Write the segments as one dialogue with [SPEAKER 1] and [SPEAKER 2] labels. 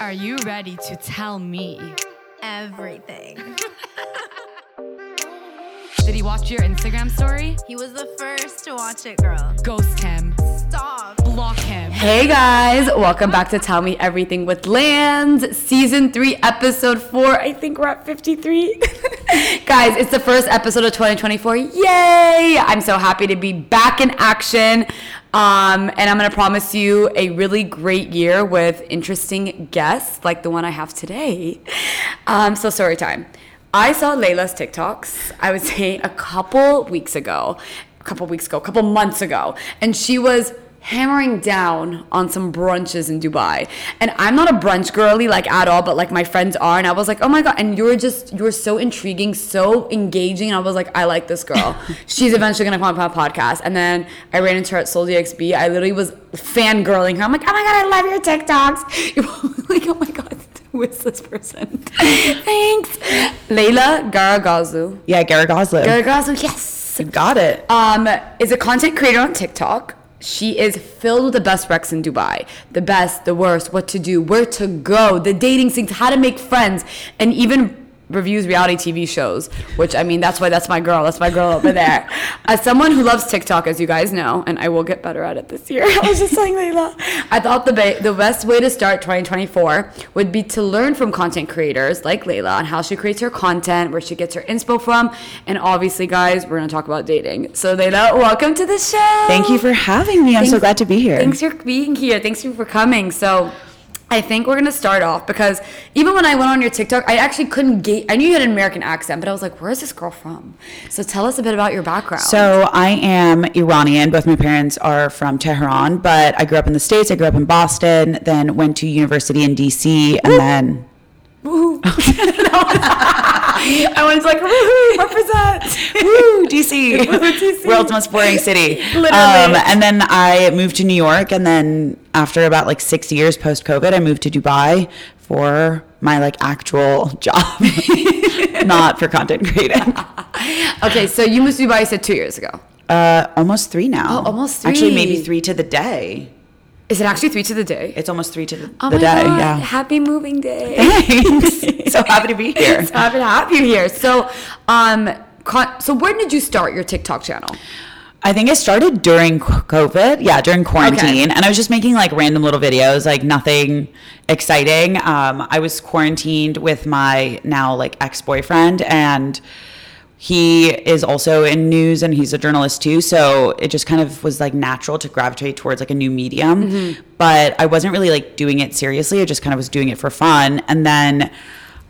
[SPEAKER 1] Are you ready to tell me?
[SPEAKER 2] Everything.
[SPEAKER 1] Did he watch your Instagram story?
[SPEAKER 2] He was the first to watch it, girl.
[SPEAKER 1] Ghost him.
[SPEAKER 2] Stop.
[SPEAKER 1] Block him.
[SPEAKER 3] Hey guys, welcome back to Tell Me Everything with Lands, season three, episode four. I think we're at 53. guys, it's the first episode of 2024. Yay! I'm so happy to be back in action. Um, and I'm gonna promise you a really great year with interesting guests like the one I have today. Um, so story time. I saw Layla's TikToks, I would say a couple weeks ago, a couple weeks ago, a couple months ago, and she was hammering down on some brunches in Dubai. And I'm not a brunch girly like at all, but like my friends are. And I was like, oh my God. And you're just, you're so intriguing, so engaging. And I was like, I like this girl. She's eventually going to come up on a podcast. And then I ran into her at Soul DXB. I literally was fangirling her. I'm like, oh my God, I love your TikToks. You're like, oh my God. Who is this person? Thanks. Layla Garagazu.
[SPEAKER 4] Yeah, Gary Goslin.
[SPEAKER 3] Garagazu, yes.
[SPEAKER 4] You got it.
[SPEAKER 3] Um, is a content creator on TikTok. She is filled with the best recs in Dubai. The best, the worst, what to do, where to go, the dating scenes, how to make friends, and even reviews reality TV shows, which I mean, that's why that's my girl. That's my girl over there. As someone who loves TikTok, as you guys know, and I will get better at it this year, I was just saying Layla, I thought the, ba- the best way to start 2024 would be to learn from content creators like Layla on how she creates her content, where she gets her inspo from, and obviously, guys, we're gonna talk about dating. So, Layla, welcome to the show.
[SPEAKER 4] Thank you for having me. I'm so
[SPEAKER 3] Thanks-
[SPEAKER 4] glad to be here.
[SPEAKER 3] Thanks for being here. Thanks for coming. So I think we're gonna start off because even when I went on your TikTok, I actually couldn't gate. I knew you had an American accent, but I was like, "Where is this girl from?" So tell us a bit about your background.
[SPEAKER 4] So I am Iranian. Both my parents are from Tehran, but I grew up in the States. I grew up in Boston, then went to university in DC, and then
[SPEAKER 3] I was like, "Woohoo, represent!"
[SPEAKER 4] Woo, DC, world's most boring city. Um,
[SPEAKER 3] Literally.
[SPEAKER 4] and then I moved to New York, and then after about like six years post COVID, I moved to Dubai for my like actual job, not for content creating.
[SPEAKER 3] okay, so you moved to Dubai. You said two years ago.
[SPEAKER 4] Uh, almost three now.
[SPEAKER 3] Oh, almost
[SPEAKER 4] Actually, maybe
[SPEAKER 3] three.
[SPEAKER 4] three to the day.
[SPEAKER 3] Is it actually three to the day?
[SPEAKER 4] It's almost three to the,
[SPEAKER 3] Oh
[SPEAKER 4] the
[SPEAKER 3] my
[SPEAKER 4] day.
[SPEAKER 3] god!
[SPEAKER 4] Yeah.
[SPEAKER 3] Happy moving day.
[SPEAKER 4] Thanks. so happy to be here.
[SPEAKER 3] so happy to have you here. So, um, con- so when did you start your TikTok channel?
[SPEAKER 4] I think I started during qu- COVID. Yeah, during quarantine. And I was just making like random little videos, like nothing exciting. Um, I was quarantined with my now like ex boyfriend and he is also in news and he's a journalist too. So it just kind of was like natural to gravitate towards like a new medium. But I wasn't really like doing it seriously. I just kind of was doing it for fun. And then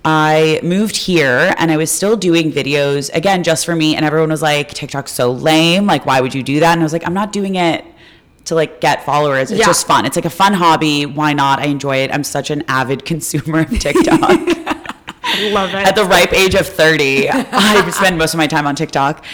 [SPEAKER 4] I moved here and I was still doing videos again just for me. And everyone was like, TikTok's so lame. Like, why would you do that? And I was like, I'm not doing it to like get followers. It's
[SPEAKER 3] Yeah.
[SPEAKER 4] just fun. It's like a fun hobby. Why not? I enjoy it. I'm such an avid consumer of TikTok.
[SPEAKER 3] Love it.
[SPEAKER 4] At the ripe age of 30, I spend most of my time on TikTok.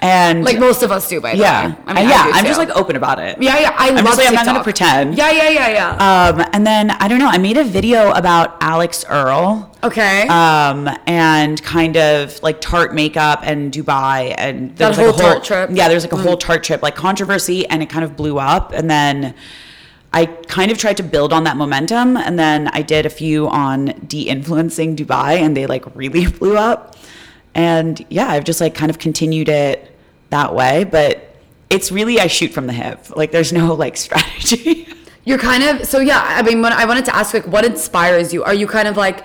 [SPEAKER 4] And
[SPEAKER 3] like most of us do, by the
[SPEAKER 4] yeah, Uh,
[SPEAKER 3] way. I mean,
[SPEAKER 4] yeah,
[SPEAKER 3] I do
[SPEAKER 4] I'm just
[SPEAKER 3] too.
[SPEAKER 4] like open about it.
[SPEAKER 3] Yeah, yeah. I
[SPEAKER 4] I'm
[SPEAKER 3] love
[SPEAKER 4] just like, I'm
[SPEAKER 3] TikTok.
[SPEAKER 4] not gonna pretend.
[SPEAKER 3] Yeah, yeah, yeah, yeah.
[SPEAKER 4] Um, and then I don't know. I made a video about Alex Earl.
[SPEAKER 3] okay.
[SPEAKER 4] Um, and kind of like tart makeup and Dubai and
[SPEAKER 3] That
[SPEAKER 4] there was
[SPEAKER 3] whole
[SPEAKER 4] like a whole
[SPEAKER 3] Tarte trip. Mm.
[SPEAKER 4] Yeah, there was like a whole tart trip, like controversy, and it kind of blew up. And then I kind of tried to build on that momentum, and then I did a few on de-influencing Dubai, and they like really blew up. And yeah, I've just like kind of continued it that way, but it's really I shoot from the hip. Like there's no like strategy.
[SPEAKER 3] You're kind of so yeah. I mean, when I wanted to ask like, what inspires you? Are you kind of like?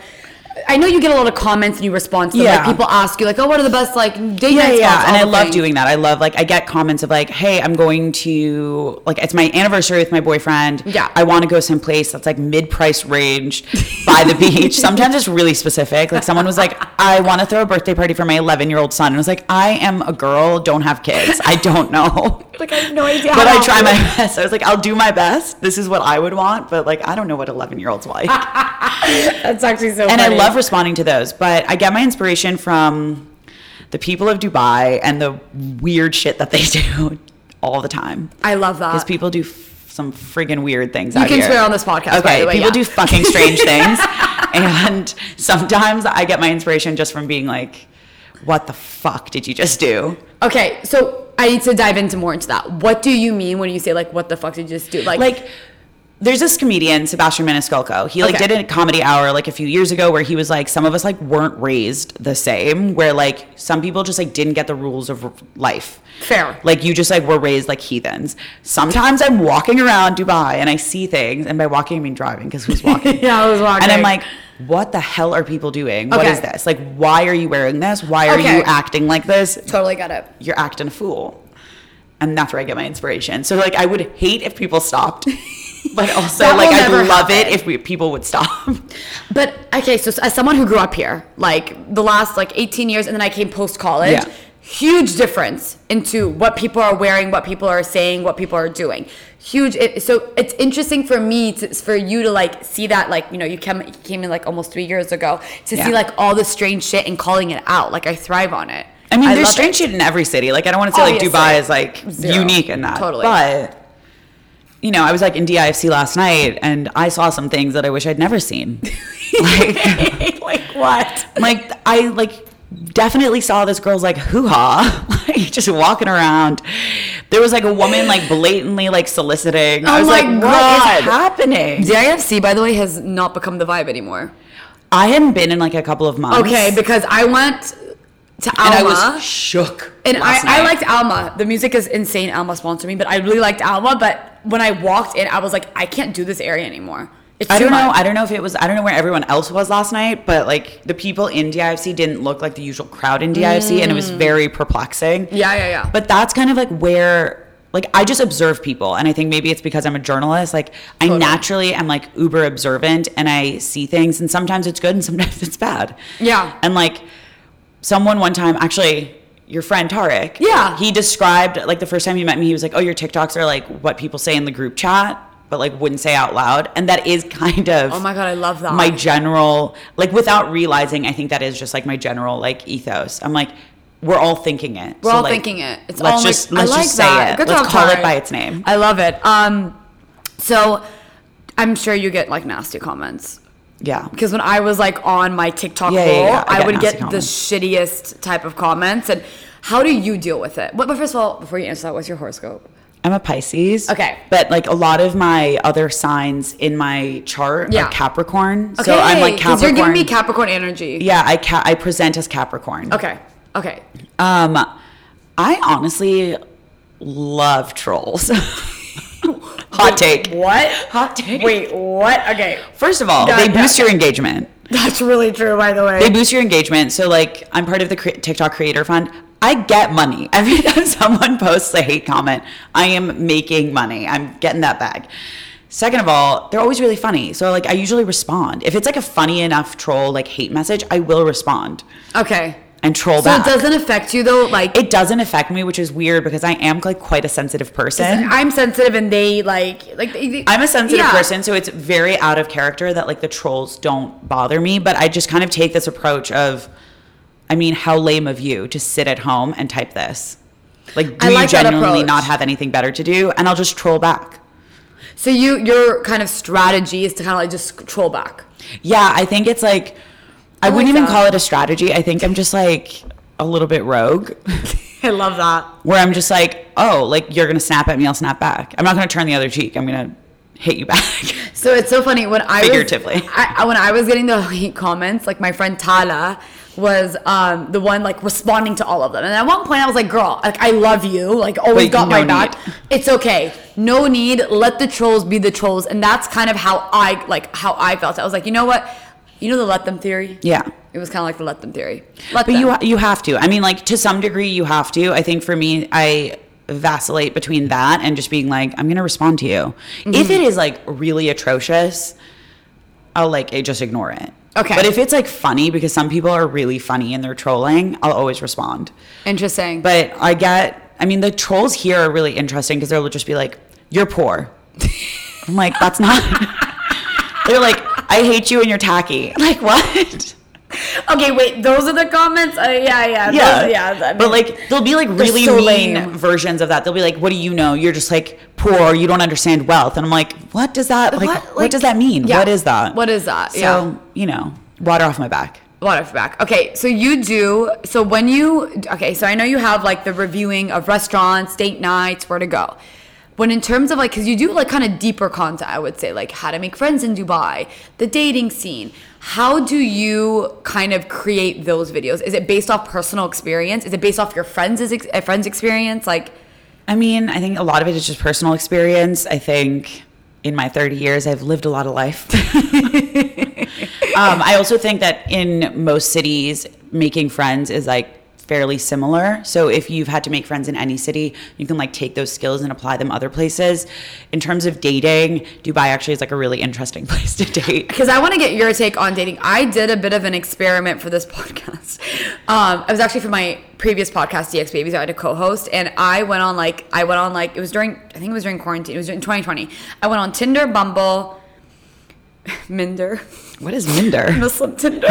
[SPEAKER 3] I know you get a lot of comments and you respond to them. Like
[SPEAKER 4] Yeah.
[SPEAKER 3] people ask you like, oh, what are the best like date
[SPEAKER 4] yeah,
[SPEAKER 3] night spots?
[SPEAKER 4] yeah,
[SPEAKER 3] all
[SPEAKER 4] and I
[SPEAKER 3] the
[SPEAKER 4] love
[SPEAKER 3] things.
[SPEAKER 4] doing that. I love like I get comments of like, "Hey, I'm going to like it's my anniversary with my boyfriend.
[SPEAKER 3] Yeah.
[SPEAKER 4] I want to go someplace that's like mid-price range by the beach. Sometimes it's really specific. Like someone was like, "I want to throw a birthday party for my 11-year-old son," and I was like, "I am a girl, don't have kids. I don't know."
[SPEAKER 3] Like I have no idea.
[SPEAKER 4] But
[SPEAKER 3] how
[SPEAKER 4] I
[SPEAKER 3] to
[SPEAKER 4] try
[SPEAKER 3] do
[SPEAKER 4] my
[SPEAKER 3] it.
[SPEAKER 4] best. I was like, I'll do my best. This is what I would want, but like, I don't know what 11 year olds like.
[SPEAKER 3] That's actually so.
[SPEAKER 4] and I
[SPEAKER 3] funny.
[SPEAKER 4] love responding to those. But I get my inspiration from the people of Dubai and the weird shit that they do all the time.
[SPEAKER 3] I love that.
[SPEAKER 4] Because people do f- some friggin' weird things.
[SPEAKER 3] Uh, You
[SPEAKER 4] out
[SPEAKER 3] can
[SPEAKER 4] here.
[SPEAKER 3] swear on this podcast,
[SPEAKER 4] Okay,
[SPEAKER 3] by the way,
[SPEAKER 4] people
[SPEAKER 3] yeah.
[SPEAKER 4] do fucking strange things, and sometimes I get my inspiration just from being like, "What the fuck did you just do?"
[SPEAKER 3] okay, so I need to dive into more into that. What do you mean when you say like, what the fuck did you just do? Like,
[SPEAKER 4] like there's this comedian Sebastian Maniscalco. He like
[SPEAKER 3] Okay.
[SPEAKER 4] did a comedy hour like a few years ago where he was like, some of us like weren't raised the same. Where like some people just like didn't get the rules of r- life.
[SPEAKER 3] Fair.
[SPEAKER 4] Like you just like were raised like heathens. Sometimes I'm walking around Dubai and I see things, and by walking I mean driving because who's walking?
[SPEAKER 3] Yeah, I was walking.
[SPEAKER 4] And I'm like, what the hell are people doing? What
[SPEAKER 3] Okay.
[SPEAKER 4] is this? Like, why are you wearing this? Why are
[SPEAKER 3] Okay.
[SPEAKER 4] you acting like this?
[SPEAKER 3] totally got it.
[SPEAKER 4] You're acting a fool. And that's where I get my inspiration. So, like, I would hate if people stopped, but also,
[SPEAKER 3] That
[SPEAKER 4] like,
[SPEAKER 3] will
[SPEAKER 4] I'd
[SPEAKER 3] never
[SPEAKER 4] love it
[SPEAKER 3] happen.
[SPEAKER 4] if we, people would stop.
[SPEAKER 3] But okay, so as someone who grew up here, like the last like 18 years, and then I came post college,
[SPEAKER 4] Yeah.
[SPEAKER 3] huge difference into what people are wearing, what people are saying, what people are doing. Huge. It, so it's interesting for me to, for you to like see that like you know you came came in like almost three years ago to
[SPEAKER 4] Yeah.
[SPEAKER 3] see like all the strange shit and calling it out. Like I thrive on it.
[SPEAKER 4] I mean, there's
[SPEAKER 3] love
[SPEAKER 4] strange
[SPEAKER 3] it.
[SPEAKER 4] shit in every city. Like, I don't want to say
[SPEAKER 3] Obviously.
[SPEAKER 4] like Dubai is like
[SPEAKER 3] Zero.
[SPEAKER 4] unique in that.
[SPEAKER 3] Totally.
[SPEAKER 4] But you know, I was like in DIFC last night, and I saw some things that I wish I'd never seen. like, like what? Like I like definitely saw this girl's like hoo ha, like just walking around. There was like a woman like blatantly like soliciting.
[SPEAKER 3] Oh
[SPEAKER 4] I was
[SPEAKER 3] my
[SPEAKER 4] like, what
[SPEAKER 3] God.
[SPEAKER 4] is happening?
[SPEAKER 3] DIFC, by the way, has not become the vibe anymore.
[SPEAKER 4] I haven't been in like a couple of months.
[SPEAKER 3] Okay, because I went to
[SPEAKER 4] and
[SPEAKER 3] Alma.
[SPEAKER 4] I was shook.
[SPEAKER 3] And
[SPEAKER 4] last
[SPEAKER 3] I, I
[SPEAKER 4] night.
[SPEAKER 3] liked Alma. The music is insane. Alma sponsored me, but I really liked Alma. But when I walked in, I was like, I can't do this area anymore. It's
[SPEAKER 4] I
[SPEAKER 3] too
[SPEAKER 4] don't know.
[SPEAKER 3] much.
[SPEAKER 4] I don't know if it was. I don't know where everyone else was last night, but like the people in DIFC didn't look like the usual crowd in DIFC, and it was very perplexing.
[SPEAKER 3] Mm. yeah, yeah, yeah.
[SPEAKER 4] But that's kind of like where, like, I just observe people, and I think maybe it's because I'm a journalist. Like, I naturally am like uber observant, and I see things, and sometimes it's good, and sometimes it's bad.
[SPEAKER 3] Yeah.
[SPEAKER 4] And like, someone one time actually. Your friend Tarek.
[SPEAKER 3] Yeah.
[SPEAKER 4] He described, like, the first time he met me, he was like, Oh, your TikToks are like what people say in the group chat, but like wouldn't say out loud. And that is kind of
[SPEAKER 3] oh my god, I love that.
[SPEAKER 4] my general like without realizing i think that is just like my general like ethos i'm like we're all thinking it
[SPEAKER 3] We're
[SPEAKER 4] So,
[SPEAKER 3] all
[SPEAKER 4] like,
[SPEAKER 3] thinking it. It's
[SPEAKER 4] let's
[SPEAKER 3] all
[SPEAKER 4] just
[SPEAKER 3] like,
[SPEAKER 4] let's
[SPEAKER 3] I like
[SPEAKER 4] just say
[SPEAKER 3] that.
[SPEAKER 4] it
[SPEAKER 3] Good
[SPEAKER 4] let's
[SPEAKER 3] job,
[SPEAKER 4] call
[SPEAKER 3] Tari.
[SPEAKER 4] it by its name
[SPEAKER 3] I love it. Um, so I'm sure you get like nasty comments.
[SPEAKER 4] yeah
[SPEAKER 3] because when I was like on my TikTok
[SPEAKER 4] Yeah, yeah,
[SPEAKER 3] roll,
[SPEAKER 4] yeah. I
[SPEAKER 3] I,
[SPEAKER 4] get
[SPEAKER 3] would
[SPEAKER 4] nasty
[SPEAKER 3] get
[SPEAKER 4] comments.
[SPEAKER 3] the shittiest type of comments. And how do you deal with it? But, but first of all, before you answer that, what's your horoscope?
[SPEAKER 4] i'm a pisces
[SPEAKER 3] Okay.
[SPEAKER 4] but like a lot of my other signs in my chart
[SPEAKER 3] Yeah.
[SPEAKER 4] are capricorn so i'm like
[SPEAKER 3] 'cause
[SPEAKER 4] capricorn
[SPEAKER 3] You're giving me Capricorn energy.
[SPEAKER 4] yeah i ca- i present as capricorn
[SPEAKER 3] Okay. Okay.
[SPEAKER 4] um i honestly love trolls hot take
[SPEAKER 3] What?
[SPEAKER 4] hot take
[SPEAKER 3] Wait, what? Okay.
[SPEAKER 4] first of all
[SPEAKER 3] Yeah,
[SPEAKER 4] they
[SPEAKER 3] yeah,
[SPEAKER 4] boost your engagement
[SPEAKER 3] That's really true, by the way.
[SPEAKER 4] they boost your engagement. So like, I'm part of the cre- TikTok Creator Fund. I get money every time someone posts a hate comment. I am making money. I'm getting that bag. Second of all, they're always really funny. So like, I usually respond if it's like a funny enough troll like hate message. I will respond
[SPEAKER 3] okay.
[SPEAKER 4] and troll
[SPEAKER 3] So
[SPEAKER 4] back.
[SPEAKER 3] it doesn't affect you though, like
[SPEAKER 4] It doesn't affect me, which is weird because I am like quite a sensitive person.
[SPEAKER 3] I'm sensitive and they like like they- they-
[SPEAKER 4] I'm a sensitive
[SPEAKER 3] Yeah.
[SPEAKER 4] person, so it's very out of character that like the trolls don't bother me, but I just kind of take this approach of I mean, how lame of you to sit at home and type this. Like do
[SPEAKER 3] I like
[SPEAKER 4] you
[SPEAKER 3] that
[SPEAKER 4] genuinely
[SPEAKER 3] approach.
[SPEAKER 4] not have anything better to do? And I'll just troll back.
[SPEAKER 3] So you your kind of strategy is to kind of like just troll back.
[SPEAKER 4] Yeah, I think it's like I,
[SPEAKER 3] like
[SPEAKER 4] wouldn't even
[SPEAKER 3] that.
[SPEAKER 4] call it a strategy. I think I'm just like a little bit rogue
[SPEAKER 3] I love that.
[SPEAKER 4] where I'm just like, "Oh, like you're going to snap at me, I'll snap back. I'm not going to turn the other cheek. I'm going to hit you back."
[SPEAKER 3] So it's so funny when I
[SPEAKER 4] Figuratively.
[SPEAKER 3] was, I, I- when I was getting the hate comments, like my friend Tala was um, the one like responding to all of them, and at one point I was like, "Girl, like I love you, like always
[SPEAKER 4] But
[SPEAKER 3] got
[SPEAKER 4] no
[SPEAKER 3] my back.
[SPEAKER 4] need.
[SPEAKER 3] It's okay, no need. Let the trolls be the trolls." And that's kind of how I like how I felt. I was like, you know what, you know the let them theory.
[SPEAKER 4] yeah.
[SPEAKER 3] It was kind of like the let them theory. Let
[SPEAKER 4] But
[SPEAKER 3] them.
[SPEAKER 4] you ha- you have to. I mean, like to some degree, you have to. I think for me, I vacillate between that and just being like, I'm gonna respond to you. If it is like really atrocious, I'll like eh, just ignore it.
[SPEAKER 3] Okay.
[SPEAKER 4] But if it's like funny, because some people are really funny and they're trolling, I'll always respond.
[SPEAKER 3] Interesting.
[SPEAKER 4] But I get. I mean, the trolls here are really interesting because they'll just be like, "You're poor." I'm like, that's not. they're like, "I hate you and you're tacky." Like what?
[SPEAKER 3] okay, wait, those are the comments. Uh, yeah, yeah,
[SPEAKER 4] yeah,
[SPEAKER 3] those- yeah. I
[SPEAKER 4] but
[SPEAKER 3] mean-
[SPEAKER 4] like there'll be like really
[SPEAKER 3] so
[SPEAKER 4] mean
[SPEAKER 3] lame.
[SPEAKER 4] versions of that. They'll be like, "What do you know? You're just like poor. You don't understand wealth." And I'm like, "What does that like? What,
[SPEAKER 3] like-
[SPEAKER 4] does that mean?
[SPEAKER 3] Yeah.
[SPEAKER 4] What is that?
[SPEAKER 3] What is that?
[SPEAKER 4] So
[SPEAKER 3] Yeah.
[SPEAKER 4] you know, water off my back.
[SPEAKER 3] Water off your back. Okay, so you do. So when you okay, so I know you have like the reviewing of restaurants, date nights, where to go. When in terms of like, because you do like kind of deeper content, I would say, like how to make friends in Dubai, the dating scene. How do you kind of create those videos? Is it based off personal experience? Is it based off your friends' ex- uh, friends' experience? Like,
[SPEAKER 4] I mean, I think a lot of it is just personal experience. I think in my 30 years, I've lived a lot of life. um, I also think that in most cities, making friends is like fairly similar. So if you've had to make friends in any city, you can like take those skills and apply them other places. In terms of dating, Dubai actually is like a really interesting place to date.
[SPEAKER 3] because I want to get your take on dating. I did a bit of an experiment for this podcast. Um, I was actually for my previous podcast, DX Babies. I had a co-host, and I went on like I went on like it was during I think it was during quarantine. It was in 2020. I went on Tinder, Bumble, Minder,
[SPEAKER 4] What is Minder?
[SPEAKER 3] Muslim Tinder.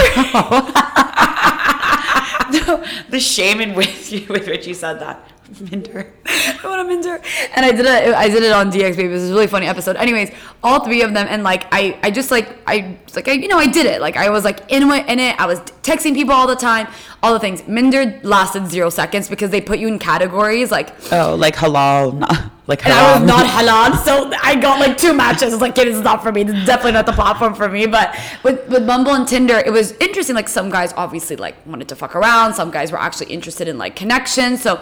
[SPEAKER 4] the shame in which you, with which you said that. Minder.
[SPEAKER 3] I want a Minder, and I did it. I did it on DX Babies. It was a really funny episode. Anyways, all three of them, and like I, I just like I like I you know I did it. Like I was like in my, in it. I was texting people all the time, all the things. Minder lasted zero seconds because they put you in categories like.
[SPEAKER 4] Oh, like halal. Not, like halal.
[SPEAKER 3] And I was not halal, so I got like two matches. It's like, kid, this is not for me. This is definitely not the platform for me. But with, with Bumble and Tinder, it was interesting. Like some guys obviously like wanted to fuck around. Some guys were actually interested in like connection. So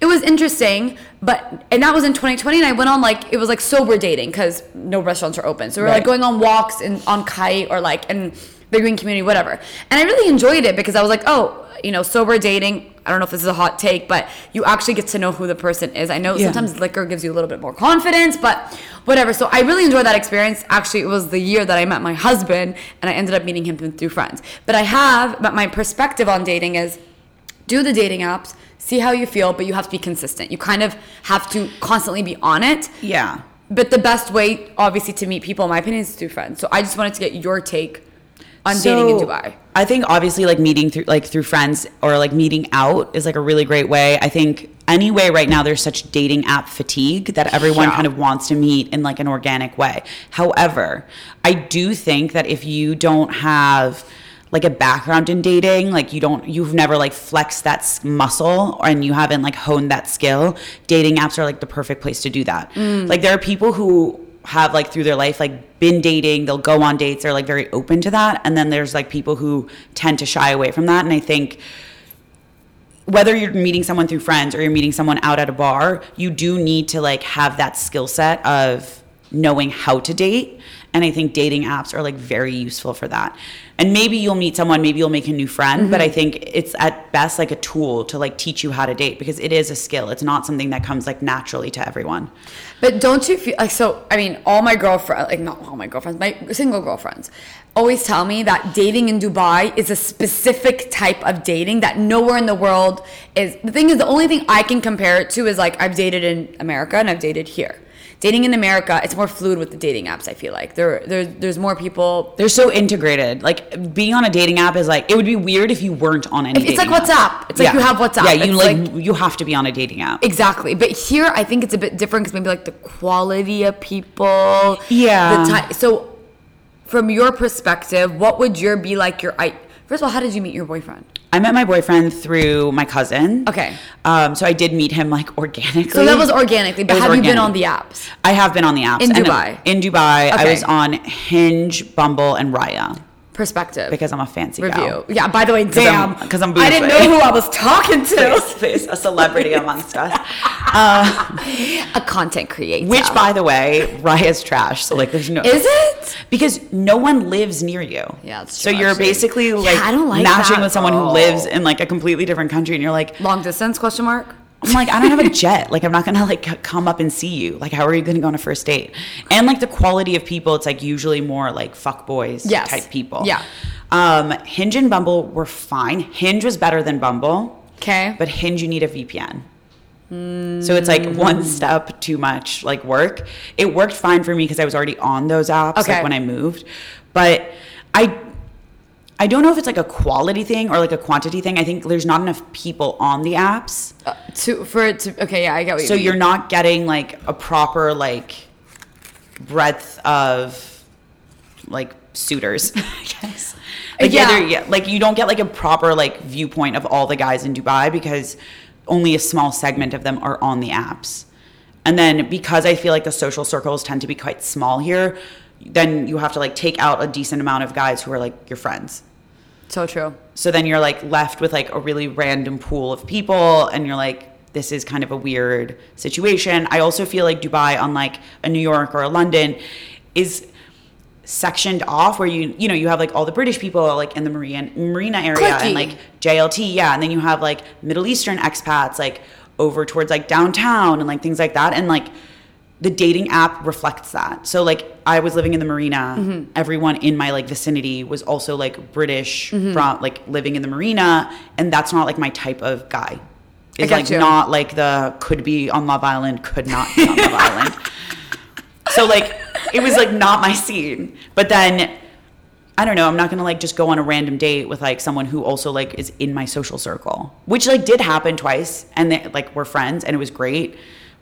[SPEAKER 3] it was interesting. But and that was in 2020, and I went on like it was like sober dating because no restaurants are open. So we were like
[SPEAKER 4] Right.
[SPEAKER 3] going on walks and on kite or like in the green community, whatever. And I really enjoyed it because I was like, oh, you know, sober dating. I don't know if this is a hot take, but you actually get to know who the person is. I know
[SPEAKER 4] Yeah.
[SPEAKER 3] sometimes liquor gives you a little bit more confidence, but whatever. So I really enjoyed that experience. Actually, it was the year that I met my husband and I ended up meeting him through friends. But I have, but my perspective on dating is do the dating apps, see how you feel, but you have to be consistent. You kind of have to constantly be on it.
[SPEAKER 4] Yeah.
[SPEAKER 3] But the best way, obviously, to meet people, in my opinion, is through friends. So I just wanted to get your take on dating in
[SPEAKER 4] So,
[SPEAKER 3] Dubai.
[SPEAKER 4] I think obviously like meeting through like through friends or like meeting out is like a really great way. I think anyway right now there's such dating app fatigue that everyone
[SPEAKER 3] Yeah.
[SPEAKER 4] kind of wants to meet in like an organic way. However, I do think that if you don't have like a background in dating, like you don't you've never like flexed that s- muscle and you haven't like honed that skill, dating apps are like the perfect place to do that.
[SPEAKER 3] Mm.
[SPEAKER 4] Like there are people who have like through their life like been dating they'll go on dates they're like very open to that and then there's like people who tend to shy away from that and i think whether you're meeting someone through friends or you're meeting someone out at a bar you do need to like have that skill set of knowing how to date and i think dating apps are like very useful for that and maybe you'll meet someone maybe you'll make a new friend but i think it's at best like a tool to like teach you how to date because it is a skill it's not something that comes like naturally to everyone
[SPEAKER 3] But don't you feel like so? I mean, all my girlfriends, like not all my girlfriends, my single girlfriends, always tell me that dating in Dubai is a specific type of dating that nowhere in the world is. The thing is, the only thing I can compare it to is like I've dated in America and I've dated here. Dating in America, it's more fluid with the dating apps. I feel like there, there there's more people.
[SPEAKER 4] They're so integrated. Like being on a dating app is like it would be weird if you weren't on any.
[SPEAKER 3] It's like
[SPEAKER 4] dating app.
[SPEAKER 3] WhatsApp. It's like you have WhatsApp.
[SPEAKER 4] Yeah, you
[SPEAKER 3] It's
[SPEAKER 4] like,
[SPEAKER 3] like-
[SPEAKER 4] you have to be on a dating app.
[SPEAKER 3] Exactly, but here I think it's a bit different because maybe like the quality of people.
[SPEAKER 4] Yeah.
[SPEAKER 3] The ti- so, from your perspective, what would your be like your? I first of all, how did you meet your boyfriend?
[SPEAKER 4] I met my boyfriend through my cousin.
[SPEAKER 3] Okay.
[SPEAKER 4] Um, so I did meet him like organically.
[SPEAKER 3] So that was organically, but
[SPEAKER 4] It was
[SPEAKER 3] have you been
[SPEAKER 4] organic.
[SPEAKER 3] on the apps?
[SPEAKER 4] I have been on the apps
[SPEAKER 3] In
[SPEAKER 4] and, uh,
[SPEAKER 3] Dubai?
[SPEAKER 4] In Dubai, I
[SPEAKER 3] Okay.
[SPEAKER 4] was on Hinge, Bumble, and Raya
[SPEAKER 3] Perspective
[SPEAKER 4] because I'm a fancy
[SPEAKER 3] review.
[SPEAKER 4] gal.
[SPEAKER 3] Yeah. By the way,
[SPEAKER 4] 'Cause I'm-
[SPEAKER 3] damn,
[SPEAKER 4] 'cause I'm
[SPEAKER 3] I didn't
[SPEAKER 4] Beyonce.
[SPEAKER 3] know who I was talking to.
[SPEAKER 4] Face a celebrity amongst us.
[SPEAKER 3] a content creator.
[SPEAKER 4] Which, by the way, Raya's trash. So like, there's no.
[SPEAKER 3] is it?
[SPEAKER 4] because no one lives near you.
[SPEAKER 3] Yeah, that's
[SPEAKER 4] So
[SPEAKER 3] true,
[SPEAKER 4] you're
[SPEAKER 3] actually.
[SPEAKER 4] basically
[SPEAKER 3] Yeah,
[SPEAKER 4] like,
[SPEAKER 3] I don't like
[SPEAKER 4] matching
[SPEAKER 3] that,
[SPEAKER 4] with someone who
[SPEAKER 3] girl.
[SPEAKER 4] lives in like a completely different country, and you're like,
[SPEAKER 3] Long distance? Question mark.
[SPEAKER 4] I'm like, I don't have a jet. Like, I'm not gonna like c- come up and see you. Like, how are you gonna go on a first date? And like the quality of people, it's like usually more like fuck boys
[SPEAKER 3] Yes.
[SPEAKER 4] type people.
[SPEAKER 3] Yeah.
[SPEAKER 4] Um, Hinge and Bumble were fine. Hinge was better than Bumble,
[SPEAKER 3] Okay.
[SPEAKER 4] but Hinge you need a VPN. So it's like
[SPEAKER 3] Hmm.
[SPEAKER 4] one step too much like work. It worked fine for me because I was already on those apps
[SPEAKER 3] Okay.
[SPEAKER 4] like when I moved. But I I don't know if it's like a quality thing or like a quantity thing. I think there's not enough people on the apps.
[SPEAKER 3] Uh, to for it to okay, yeah, I get what you
[SPEAKER 4] So
[SPEAKER 3] mean.
[SPEAKER 4] you're not getting like a proper like breadth of like suitors, I guess. Like
[SPEAKER 3] Yeah.
[SPEAKER 4] yeah. yeah, like you don't get like a proper like viewpoint of all the guys in Dubai because only a small segment of them are on the apps. And then because I feel like the social circles tend to be quite small here, then you have to like take out a decent amount of guys who are like your friends.
[SPEAKER 3] So true.
[SPEAKER 4] So then you're like left with like a really random pool of people and you're like this is kind of a weird situation. I also feel like Dubai unlike a New York or a London is sectioned off where you you know you have like all the British people like in the marina marina area
[SPEAKER 3] Clicky.
[SPEAKER 4] and like JLT yeah and then you have like Middle Eastern expats like over towards like downtown and like things like that and like the dating app reflects that so like I was living in the marina everyone in my like vicinity was also like British from like living in the marina and that's not like my type of guy it's
[SPEAKER 3] got
[SPEAKER 4] like
[SPEAKER 3] you.
[SPEAKER 4] not like the could be on Love Island could not be on Love Island so like it was like not my scene. But then I don't know, I'm not gonna like just go on a random date with like someone who also like is in my social circle. Which like did happen twice and they like we're friends and it was great.